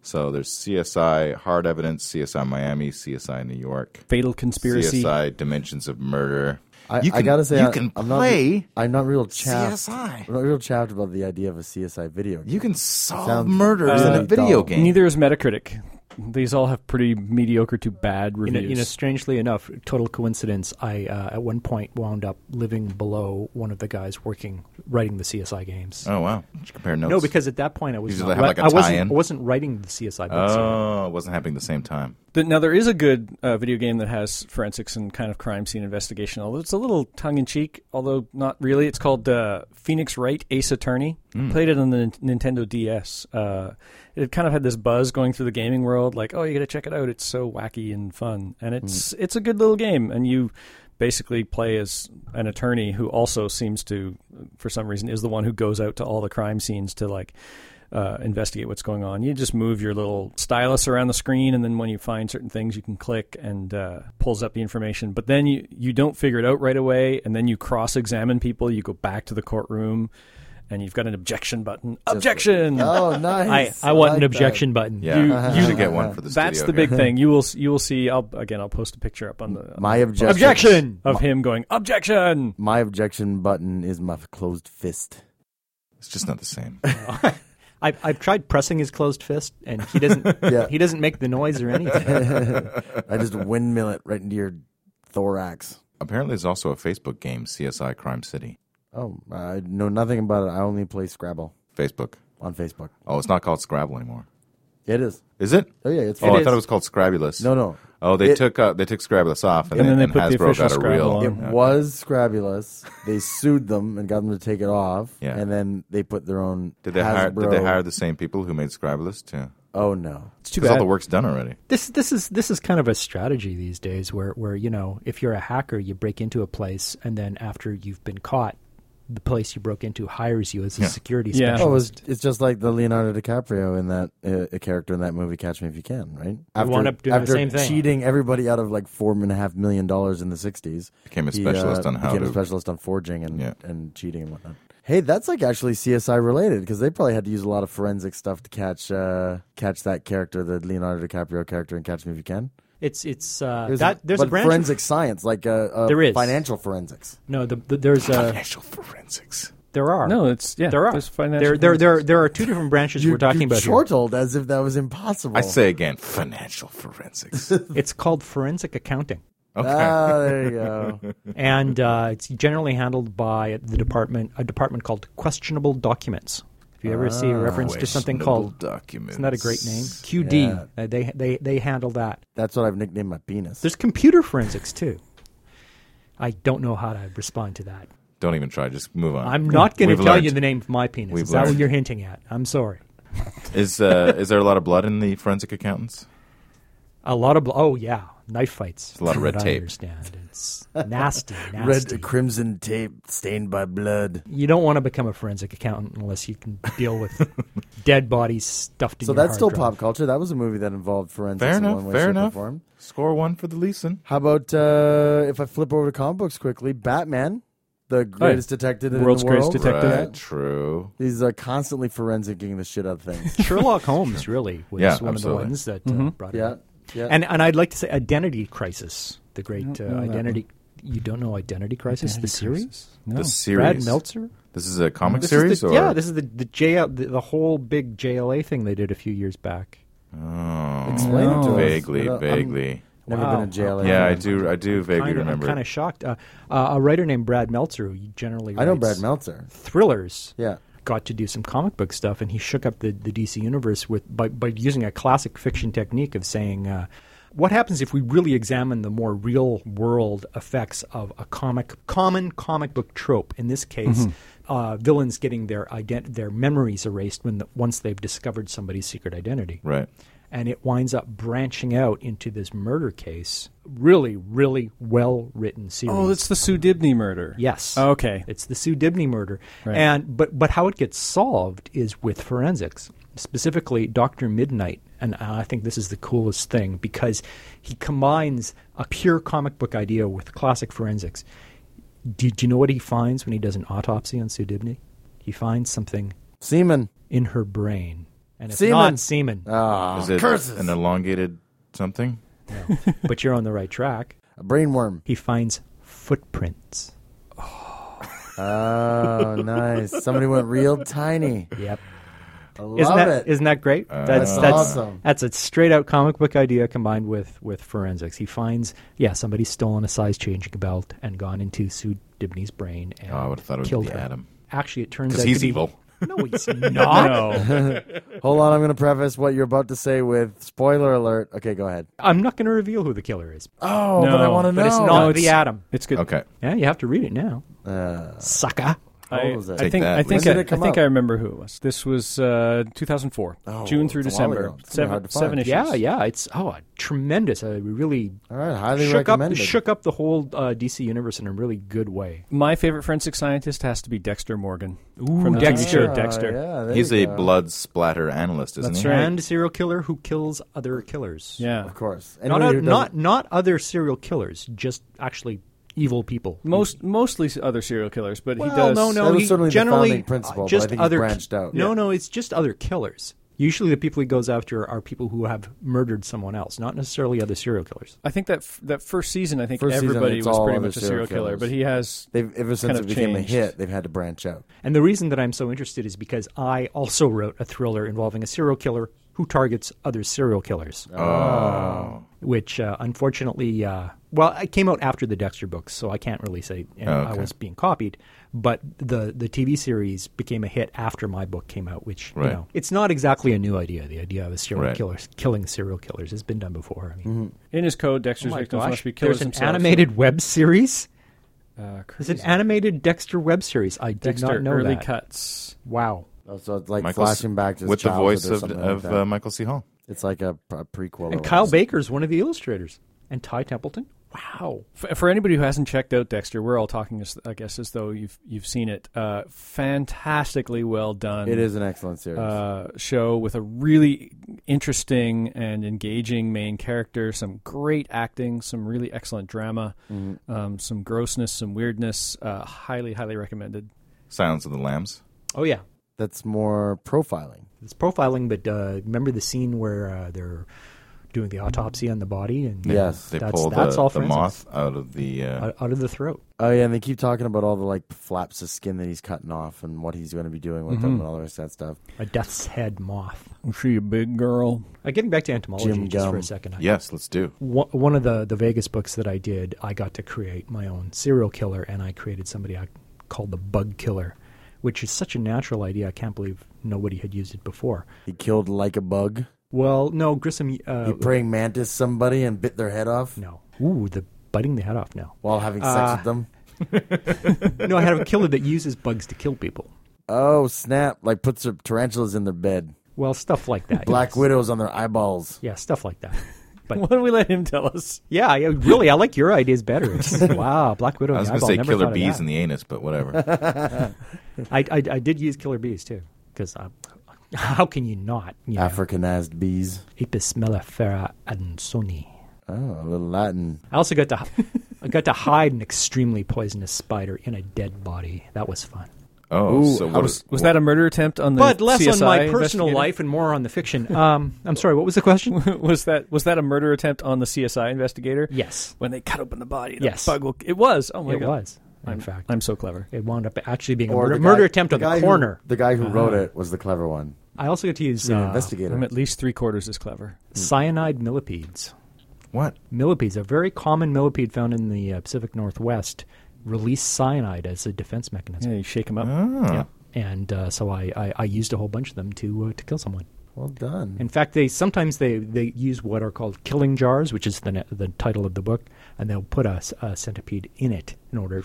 So there's CSI Hard Evidence, CSI Miami, CSI New York,
Fatal conspiracy.
CSI Dimensions of Murder.
I,
You
I
can-
gotta say,
you
I,
can
I'm Not,
play
I'm not real chaffed.
CSI.
I'm not real chaffed about the idea of a CSI video. Game.
You can solve
Sounds
murders in
really
a video
dull.
game.
Neither is Metacritic. These all have pretty mediocre to bad
You know,
reviews.
you know, strangely enough, total coincidence. I uh, at one point wound up living below one of the guys working writing the CSI games.
oh wow! Did you compare notes?
no, because at that point I was
Usually
not
have, like, a
I wasn't,
tie-in.
I wasn't writing the CSI books. yet.
oh, it wasn't happening at the same time.
Th- now there is a good uh, video game that has forensics and kind of crime scene investigation. Although it's a little tongue in cheek, although not really. It's called uh, Phoenix Wright Ace Attorney. Played it on the N- Nintendo DS. Uh, it kind of had this buzz going through the gaming world, like, oh, you got to check it out. It's so wacky and fun, and it's it's a good little game. And you basically play as an attorney who also seems to, for some reason, is the one who goes out to all the crime scenes to like uh, investigate what's going on. You just move your little stylus around the screen, and then when you find certain things, you can click and uh, pulls up the information. But then you you don't figure it out right away, and then you cross examine people. You go back to the courtroom, and you've got an objection button. Objection.
Oh, nice.
I, I want
like
an
that.
objection button.
Yeah,
You-
you,
you-
should get one for the
That's the
studio
big
here.
thing. You will s- you will see. I'll again. I'll post a picture up on the
My objection.
Objection.
of him going objection.
My objection button is my closed fist.
It's just not the same.
I've, I've tried pressing his closed fist, and he doesn't.
Yeah.
He doesn't make the noise or anything.
I just windmill it right into your thorax.
Apparently, there's also a Facebook game, CSI Crime City.
Oh, I know nothing about it. I only play Scrabble
Facebook.
on Facebook.
Oh, it's not called Scrabble anymore,
It is.
is it?
Oh yeah, it's.
oh, I thought it was called Scrabulous.
No, no.
Oh, they
It-
took uh, they took Scrabulous off, and,
And then they put the
Hasbro
official
got a
Scrabble
real.
on.
It
Okay.
was Scrabulous. They sued them and got them to take it off.
Yeah.
And then they put their own.
Did they hire? Did they
Hasbro-
hire the same people who made Scrabulous too?
Oh no.
It's too
Because all
bad.
the work's done already.
this this is this is kind of a strategy these days, where where you know if you're a hacker, you break into a place, and then after you've been caught, the place you broke into hires you as a
Yeah.
security
Yeah.
Oh,
specialist.
it's, it's just like the Leonardo DiCaprio in that uh, a character in that movie Catch Me If You Can, right? After,
wound up doing the
after
same thing.
cheating everybody out of like four and a half million dollars in the '60s,
Became a specialist on how
became a
to-
specialist on forging and
Yeah.
and cheating and whatnot. Hey, that's like actually CSI related because they probably had to use a lot of forensic stuff to catch uh, catch that character, the Leonardo DiCaprio character in Catch Me If You Can.
It's it's uh,
There's
that
a,
there's
but
a branch. of-
forensic science, like uh, uh,
There is.
financial forensics.
no, the, the, there's a
Financial forensics.
there are
No, it's yeah.
there are
there's financial
there there there there are two different branches we're talking about. here.
chortled as if that was impossible.
I say again, financial forensics. okay.
It's called forensic accounting.
Ah, there you go.
and uh, it's generally handled by the department, a department called questionable documents. If you ever see a reference to something called,
Ah, Questionable documents.
isn't that a great name? QD. Uh, they they they handle that.
That's what I've nicknamed my penis.
There's computer forensics too. I don't know how to respond to that.
Don't even try. Just move on.
I'm not going to
We've
tell
learned.
you the name of my penis.
We've
is that
learned.
what you're hinting at? I'm sorry.
Is uh, is there a lot of blood in the forensic accountants?
A lot of bl- oh yeah, knife fights. It's
a lot of red tape.
Understand? It's nasty, nasty.
Red crimson tape stained by blood.
you don't want to become a forensic accountant unless you can deal with dead bodies stuffed in
So
your
that's
hard
still
drive.
pop culture. That was a movie that involved forensics
Fair
in
enough.
one way,
Fair
shape, or
enough.
form.
Score one for the Leeson.
How about uh, if I flip over to comic books quickly? Batman, the greatest detective in
World's
the world.
greatest detective.
Right, true.
He's uh, constantly forensicking the shit out of things.
Sherlock Holmes really was
Yeah,
one
absolutely.
of the ones that uh, brought it
yeah,
up.
yeah.
And and I'd like to say Identity Crisis, the great uh,
know that
identity. You don't know Identity Crisis, the series?
No.
The series.
Brad Meltzer.
This is a comic
This is
series,
the-
or
yeah, this is the the, JL, the the whole big JLA thing they did a few years back.
Oh.
Explain it to us. I
vaguely,
don't- uh, I'm
vaguely.
Never
Wow.
been in jail.
yeah, I do. I do vaguely
Kinda-
remember.
I'm kind of shocked. Uh, uh, a writer named Brad Meltzer, who generally
I know
writes
Brad Meltzer.
thrillers,
Yeah.
got to do some comic book stuff, and he shook up the, the DC universe with by, by using a classic fiction technique of saying, uh, "What happens if we really examine the more real world effects of a comic common comic book trope? In this case." Uh, villains getting their ident- their memories erased when the, once they've discovered somebody's secret identity
right.
and it winds up branching out into this murder case. Really, really well written series.
Oh, it's the Sue Dibney murder.
yes.
Okay.
It's the Sue Dibney murder,
Right.
and but but how it gets solved is with forensics, specifically Doctor Midnight, and I think this is the coolest thing because he combines a pure comic book idea with classic forensics. Do, do you know what he finds when he does an autopsy on Sue Dibney? He finds something
Seaman.
in her brain, and it's
Semen.
not semen.
Ah,
Is it
curses.
an elongated something?
but you're on the right track.
a brainworm.
he finds footprints.
Oh, nice. Somebody went real tiny.
Yep.
I love
Isn't that
it.
not that great? that's
That's
that's
awesome.
that's a straight out comic book idea combined with with forensics. He finds yeah, somebody's stolen a size changing belt and gone into Sue Dibney's brain and
Oh, I would have thought it would
killed
be
her.
Adam
Actually, it turns
because
out
he's
to be-
evil.
No, he's not.
No.
Hold on, I'm going to preface what you're about to say with spoiler alert. Okay, go ahead.
I'm not going to reveal who the killer is,
Oh,
No,
but I want to know.
but it's not
No,
the Atom.
it's good.
Okay.
Yeah, you have to read it now,
Uh,
sucker.
What
I,
was
I
that?
Take
think
that,
I think
Lisa.
I,
When did it come
I think
out?
I remember who it was. This was uh, 2004,
Oh,
June through
it's a while
December.
ago. It's gonna be hard
Seven
to find.
seven issues.
Yeah, yeah, it's oh, tremendous. I really
all right, highly
shook up
recommended.
shook up the whole uh, DC universe in a really good way.
My favorite forensic scientist has to be Dexter Morgan. Ooh,
From the TV Dexter.
Ah,
Dexter.
yeah, there
He's
you
a
go.
blood splatter analyst, isn't
That's
he?
right.
and serial killer who kills other killers.
Yeah.
Of course.
Not,
Anyone who
oth-
doesn't-
not not other serial killers, just actually evil people.
Most mostly other serial killers, but
well,
he does.
no, no.
That was
he
certainly the
generally
founding principle,
uh,
but
just
I think he
other
branched out.
No,
Yeah.
no, it's just other killers. Usually, the people he goes after are people who have murdered someone else, not necessarily other serial killers.
I think that f- that first season, I think
First season,
everybody
it's
was
all
pretty
other
much a serial
serial
killer,
killers.
but he has
They've, ever since
of
it became
changed.
a hit, they've had to branch out.
And the reason that I'm so interested is because I also wrote a thriller involving a serial killer who targets other serial killers.
Oh.
which uh, unfortunately, uh, well, it came out after the Dexter books, so I can't really say you know,
Oh, okay.
I was being copied. But the the TV series became a hit after my book came out, which
Right.
you know, it's not exactly a new idea. The idea of a serial
Right.
killer killing serial killers has been done before. I mean,
in his code.
oh
Dexter's
my
victims
gosh,
must be killers
there's an
themselves.
animated web series.
Uh,
There's
crazy.
an animated Dexter web series. I did
Dexter
not know
early
that.
cuts.
Wow.
Oh, So it's like
Michael C-
flashing back to his
with the
childhood
voice
or
of,
something
of
like that.
uh, Michael C. Hall.
It's like a, a prequel.
And
or
Kyle
whatever.
Baker's one of the illustrators, and Ty Templeton. Wow.
F- for anybody who hasn't checked out Dexter, we're all talking, as, I guess, as though you've you've seen it. Uh, fantastically well done.
It is an excellent series.
uh, show with a really interesting and engaging main character, some great acting, some really excellent drama,
Mm-hmm.
um, some grossness, some weirdness. Uh, highly, highly recommended.
Silence of the Lambs.
Oh yeah.
That's more profiling.
It's profiling, but uh, remember the scene where uh, they're doing the autopsy on the body and
Yes.
They
That's-
pull
that's
the,
all
the
forensics.
moth out of the. Uh,
out, out of the throat.
Oh yeah, and they keep talking about all the like flaps of skin that he's cutting off and what he's going to be doing with
Mm-hmm.
them and all the rest of that stuff.
A death's head moth.
She a big girl.
Uh, getting back to entomology
Jim
just for
Gum.
a second. I-
yes, let's do.
One one of the, the Vegas books that I did, I got to create my own serial killer, and I created somebody I called the Bug Killer, which is such a natural idea. I can't believe nobody had used it before.
He killed like a bug.
Well, no, Grissom.
He
Uh,
praying mantis somebody and bit their head off
no. Ooh, the biting the head off. No.
while having sex
Uh,
with them.
no, I had a killer that uses bugs to kill people.
Oh snap! Like puts their tarantulas in their bed.
Well, stuff like that.
Black
yes.
widows on their eyeballs.
Yeah, stuff like that. But
Why don't we let him tell us?
yeah, yeah, really, I like your ideas better. It's- wow, Black Widow.
I was
going to
say killer bees in the anus, but whatever.
I, I I did use killer bees too because how can you not? You know?
Africanized bees.
Epismellifera adansoni.
Oh, a little Latin.
I also got to I got to hide an extremely poisonous spider in a dead body. That was fun.
Oh,
Ooh,
so
I
what
was-
is-
Was that a murder attempt on the
But less on
CSI
my personal
investigator?
life and more on the fiction. Um, I'm sorry. What was the question?
was that was that a murder attempt on the CSI investigator?
yes,
When they cut open the body, the
Yes.
bug will. It was. Oh my
it
god.
was. In
I'm,
fact,
I'm so clever.
it wound up actually being a
Or
murder,
the guy-
murder attempt on
guy
the
who-
corner.
the guy who wrote it was the clever one.
I also got to use
He's an
uh,
I'm
investigator.
at least three quarters as clever.
cyanide millipedes.
what?
Millipedes, a very common millipede found in the uh, Pacific Northwest, release cyanide as a defense mechanism.
Yeah, you shake him up.
Yeah. And uh, so I, I, I used a whole bunch of them to uh, to kill someone.
Well done.
In fact, they sometimes they, they use what are called killing jars, which is the ne- the title of the book, and they'll put a, s- a centipede in it in order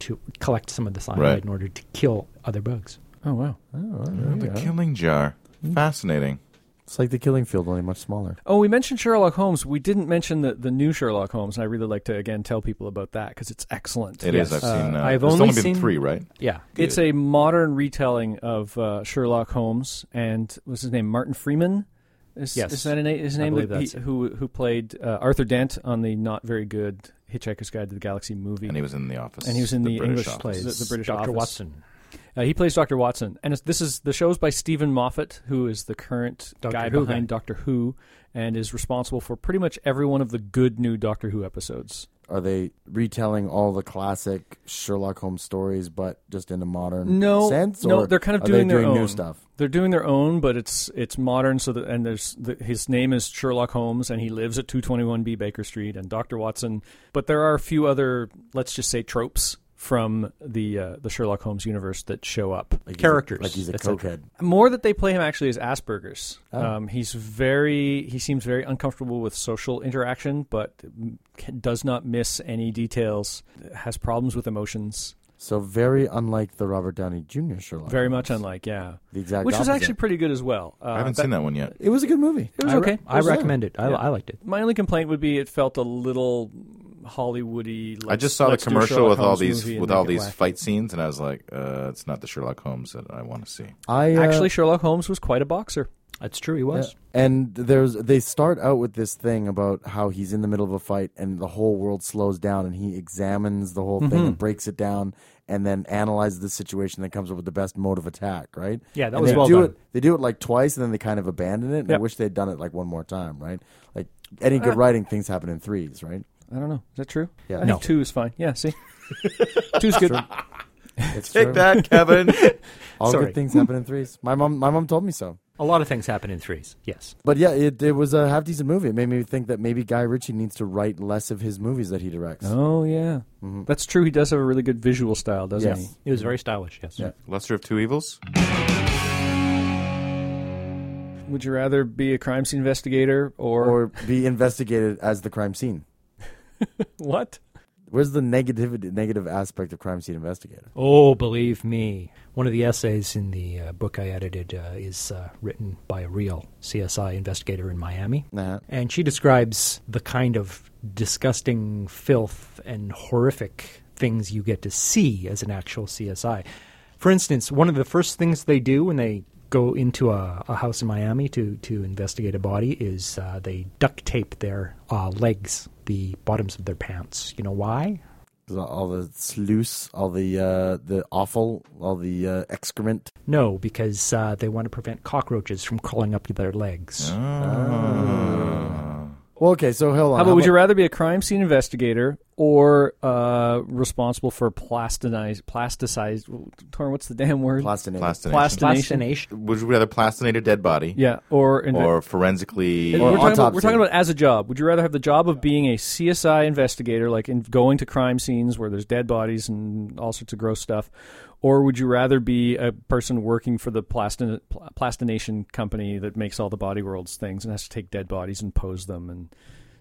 to collect some of the cyanide
Right.
in order to kill other bugs.
Oh wow.
The killing jar. Fascinating.
It's like the killing field, only much smaller.
Oh, we mentioned Sherlock Holmes. We didn't mention the, the new Sherlock Holmes, and I really like to again tell people about that because it's excellent.
It is. I've seen. Uh,
I've
there's
only
only been
seen-
three, right?
Yeah,
It's a modern retelling of uh, Sherlock Holmes, and what's his name? Martin Freeman. Is,
Yes.
is that a, na- his
I
name?
believe
that he-
that's it.
who who played uh, Arthur Dent on the not very good Hitchhiker's Guide to the Galaxy movie,
And he was in the office.
And he was in the,
British
English
office.
plays the, the British
Dr.
Office.
Watson.
Uh, he plays Doctor Watson, and it's, this is the show's by Stephen Moffat, who is the current
Doctor
guy
Who
behind Doctor Who, and is responsible for pretty much every one of the good new Doctor Who episodes.
Are they retelling all the classic Sherlock Holmes stories, but just in a modern
No,
sense?
no,
Or
they're kind of
are
doing
they
their
doing
own.
new stuff.
They're doing their own, but it's it's modern. So that and there's the, his name is Sherlock Holmes, and he lives at 221B Baker Street, and Doctor Watson. But there are a few other, let's just say, tropes from the uh, the Sherlock Holmes universe that show up.
Like he's a-
Characters,
like he's a
et cetera.
cokehead.
More that they play him actually as Asperger's.
Oh.
Um, he's very, he seems very uncomfortable with social interaction, but mm, can- does not miss any details. Has problems with emotions.
So very unlike the Robert Downey Jr. Sherlock.
Very
Holmes.
much unlike, yeah.
The exact
Which was
opposite.
actually pretty good as well. Uh,
I haven't seen that one yet.
It was a good movie.
It was
I re-
okay.
I
was
recommend it. I,
Yeah.
I liked it.
My only complaint would be it felt a little Hollywoody.
I
let's-
just saw the
let's do a
commercial
Sherlock
with all
Holmes
these
movie and
with
make
all
it
these
wacky.
fight scenes, and I was like, uh, "It's not the Sherlock Holmes that I want to see."
I uh,
Actually, Sherlock Holmes was quite a boxer.
That's true. He
Yeah.
was.
And there's they start out with this thing about how he's in the middle of a fight and the whole world slows down and he examines the whole
Mm-hmm.
thing and breaks it down and then analyzes the situation that comes up with the best mode of attack, right?
Yeah, that
And
was
they
well
do
done.
It, they do it like twice and then they kind of abandon it. And I
Yep.
wish they'd done it like one more time, right? Like any
Uh,
good writing, things happen in threes, right?
I don't know. Is that true?
Yeah.
I think
No.
two is fine. Yeah, see? Two's good.
It's
Take
true.
that, Kevin.
All
Sorry.
good things happen in threes. My mom, my mom told me so.
A lot of things happen in threes. Yes.
But yeah, it, it was a half decent movie. It made me think that maybe Guy Ritchie needs to write less of his movies that he directs.
Oh yeah, that's true. He does have a really good visual style, doesn't
Yes.
he?
It was very stylish. Yes.
Yeah.
Lesser of two evils.
Would you rather be a crime scene investigator or,
or uh, be investigated as the crime scene.
what?
Where's the negative negative aspect of crime scene investigator?
Oh, believe me. One of the essays in the uh, book I edited uh, is uh, written by a real CSI investigator in Miami.
Uh-huh.
And she describes the kind of disgusting filth and horrific things you get to see as an actual CSI. For instance, one of the first things they do when they go into a, a house in Miami to, to investigate a body is uh, they duct tape their uh, legs, the bottoms of their pants. You know why?
'Cause All the sluice, all the uh, the offal, all the uh, excrement.
No, because uh, they want to prevent cockroaches from crawling up their legs.
Well, okay, so hold on.
How about would you
about-
rather be a crime scene investigator or uh, responsible for plastinized, plasticized? Torn, what's the damn word?
Plastinate.
Plastination.
Plastination.
Plastination.
Would you rather plastinate a dead body,
Yeah, or inve-
or forensically?
we're, talking about, we're
autopsy.
talking about as a job. Would you rather have the job of being a CSI investigator, like in going to crime scenes where there's dead bodies and all sorts of gross stuff, or would you rather be a person working for the plastin- pl- plastination company that makes all the Body Worlds things and has to take dead bodies and pose them and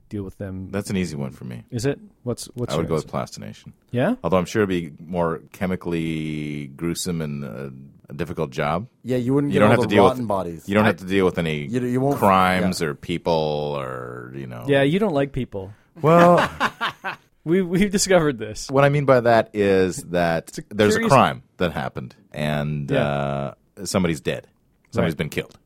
deal with them?
That's an easy one for me.
Is it? What's what's
I would
your
go with
answer?
plastination.
yeah?
Although I'm sure it'd be more chemically gruesome and uh, difficult job.
Yeah, you wouldn't
You
get
don't have
all the
to deal
rotten
with
bodies.
You don't have to deal with any
You- you won't-
crimes
yeah.
or people or you know.
Yeah, you don't like people.
Well,
We we've discovered this.
what I mean by that is that there's
curious-
a crime that happened and
Yeah.
uh, somebody's dead. Somebody's
Right.
been killed.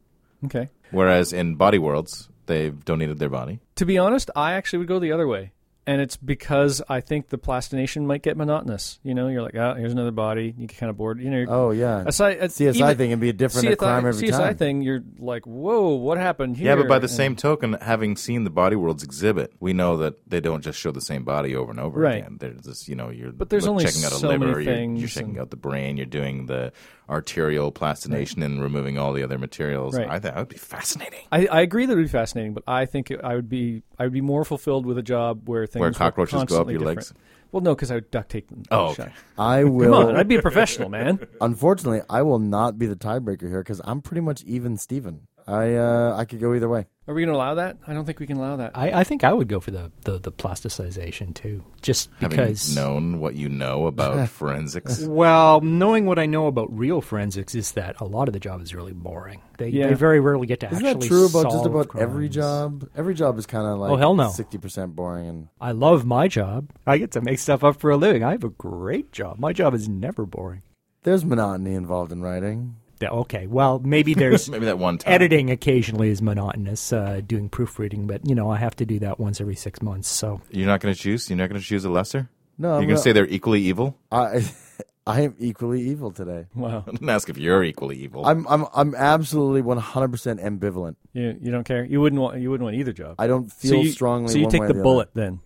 Okay.
Whereas in Body Worlds, they've donated their body.
To be honest, I actually would go the other way. And it's because I think the plastination might get monotonous. You know, you're like, oh, here's another body. You get kind of bored. You know, you're-
Oh yeah,
Aside- uh,
CSI
even-
thing would be a different
CSI,
crime every
CSI
time.
thing, you're like, whoa, what happened here?
Yeah, but by the
And-
same token, having seen the Body Worlds exhibit, we know that they don't just show the same body over and over
Right.
again. There's this, you know, you're
But there's
look-
only
checking out a
so
liver,
many
you're, you're
things
checking
and-
out the brain, you're doing the arterial plastination and removing all the other materials.
Right.
I think that would be fascinating.
I, I agree that it would be fascinating, but I think it, I would be I would be more fulfilled with a job where things
Where
were
cockroaches go up
constantly
your
different.
legs?
Well, no, because I would duct tape them.
Oh,
shut.
okay.
I will.
Come on, I'd be a professional, man.
Unfortunately, I will not be the tiebreaker here because I'm pretty much even Steven. I uh, I could go either way.
Are we going to allow that? I don't think we can allow that.
I, I think I would go for the, the, the plasticization too, just
Having
because.
known what you know about forensics.
Well, knowing what I know about real forensics is that a lot of the job is really boring. They,
Yeah.
they very rarely get to
Isn't
actually
that true about just
solve
about every
crimes.
job? Every job is kind of like
Oh, hell no.
sixty percent boring and
I love my job. I get to make stuff up for a living. I have a great job. My job is never boring.
there's monotony involved in writing.
Yeah, Okay, well, maybe there's
Maybe that one time.
editing occasionally is monotonous, uh, doing proofreading, but you know, I have to do that once every six months. So
You're not going to choose? You're not going to choose a lesser?
No,
Um,
You're
I'm
going to
not-
say they're equally evil?
I I am equally evil today.
wow,
I didn't ask if you're equally evil.
I'm I'm I'm absolutely one hundred percent ambivalent.
you, you don't care. You wouldn't want you wouldn't want either job.
I don't feel
so you,
strongly.
So you
one
take
way or
the,
other.
bullet then.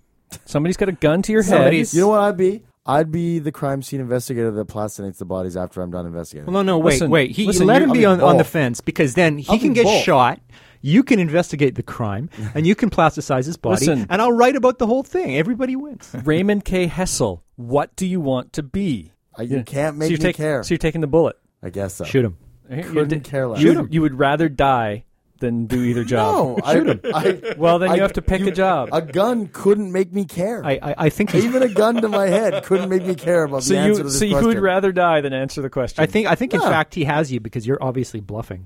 Somebody's got a gun to your
Somebody's-
head.
You know what I'd be? I'd be the crime scene investigator that plastinates the bodies after I'm done investigating.
Well, no, no, wait,
Listen,
wait. He,
listen,
let
you-
him
I'll
be
be
on, on the
bold.
fence because then he
I'll
can
be
get
bold.
shot. You can investigate the crime, and you can plasticize his body,
Listen.
and I'll write about the whole thing. Everybody wins.
Raymond K. Hessel, what do you want to be?
I, you can't make
so you
me
take,
care.
So you're taking the bullet.
I guess so.
Shoot him.
You
Couldn't care less.
You,
Shoot
would- you would rather die than do either job.
No, I, I,
Well, then you
I-
have to pick a job.
A gun couldn't make me care.
I, I, I think. He's,
Even a gun to my head couldn't make me care about
so
the answer to
you
this
so you would
question.
rather die than answer the question.
I think. I think. In
No.
fact, he has you because you're obviously bluffing.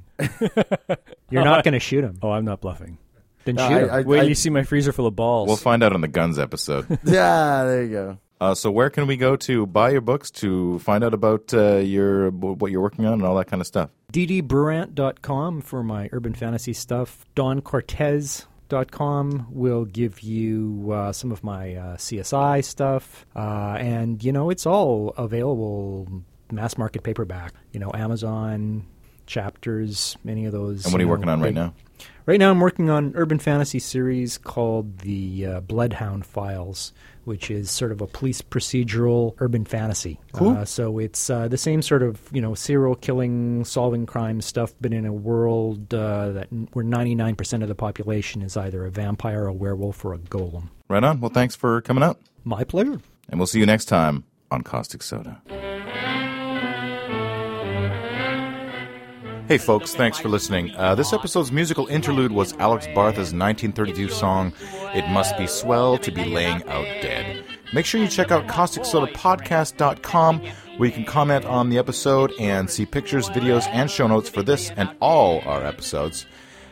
you're not going to shoot him.
Oh, I'm not bluffing.
Then
No,
shoot him.
I- I-
Wait, till you see my freezer full of balls.
we'll find out on the guns episode.
yeah, there you go.
Uh, so where can we go to buy your books to find out about uh, your what you're working on and all that kind of stuff?
ddbrant.com for my urban fantasy stuff. DonCortez.com will give you uh, some of my uh, CSI stuff. Uh, and, you know, it's all available mass market paperback, you know, Amazon, chapters, any of those.
And what are you
know,
working on right
big-
now?
Right now, I'm working on an urban fantasy series called the uh, Bloodhound Files, which is sort of a police procedural urban fantasy. Cool. Uh, so it's uh, the same sort of you know serial killing, solving crime stuff, but in a world uh, that n- where 99% of the population is either a vampire, a werewolf, or a golem.
Right on. Well, thanks for coming out,
My pleasure.
and we'll see you next time on Caustic Soda. Hey, folks, thanks for listening. Uh, this episode's musical interlude was Alex Bartha's 1932 song, It Must Be Swell to Be Laying Out Dead. Make sure you check out causticsodapodcast.com, where you can comment on the episode and see pictures, videos, and show notes for this and all our episodes.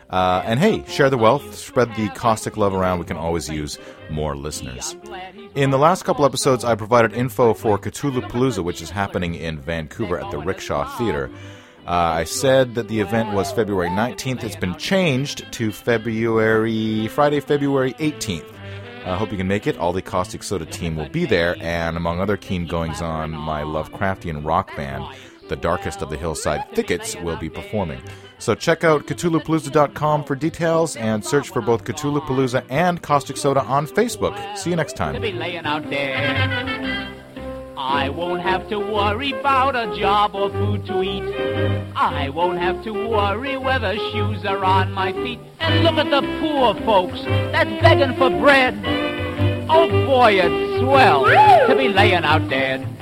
Uh, and hey, share the wealth, spread the caustic love around. We can always use more listeners. In the last couple episodes, I provided info for Cthulhu Palooza, which is happening in Vancouver at the Rickshaw Theater. Uh, I said that the event was February 19th. It's been changed to February Friday, February 18th. I hope you can make it. All the Caustic Soda team will be there, and among other keen goings on, my Lovecraftian rock band, The Darkest of the Hillside Thickets, will be performing. So check out CthulhuPalooza.com for details and search for both CthulhuPalooza and Caustic Soda on Facebook. See you next
to
time.
be laying out there. I won't have to worry about a job or food to eat. I won't have to worry whether shoes are on my feet. And look at the poor folks that's begging for bread. Oh boy, it's swell to be laying out dead.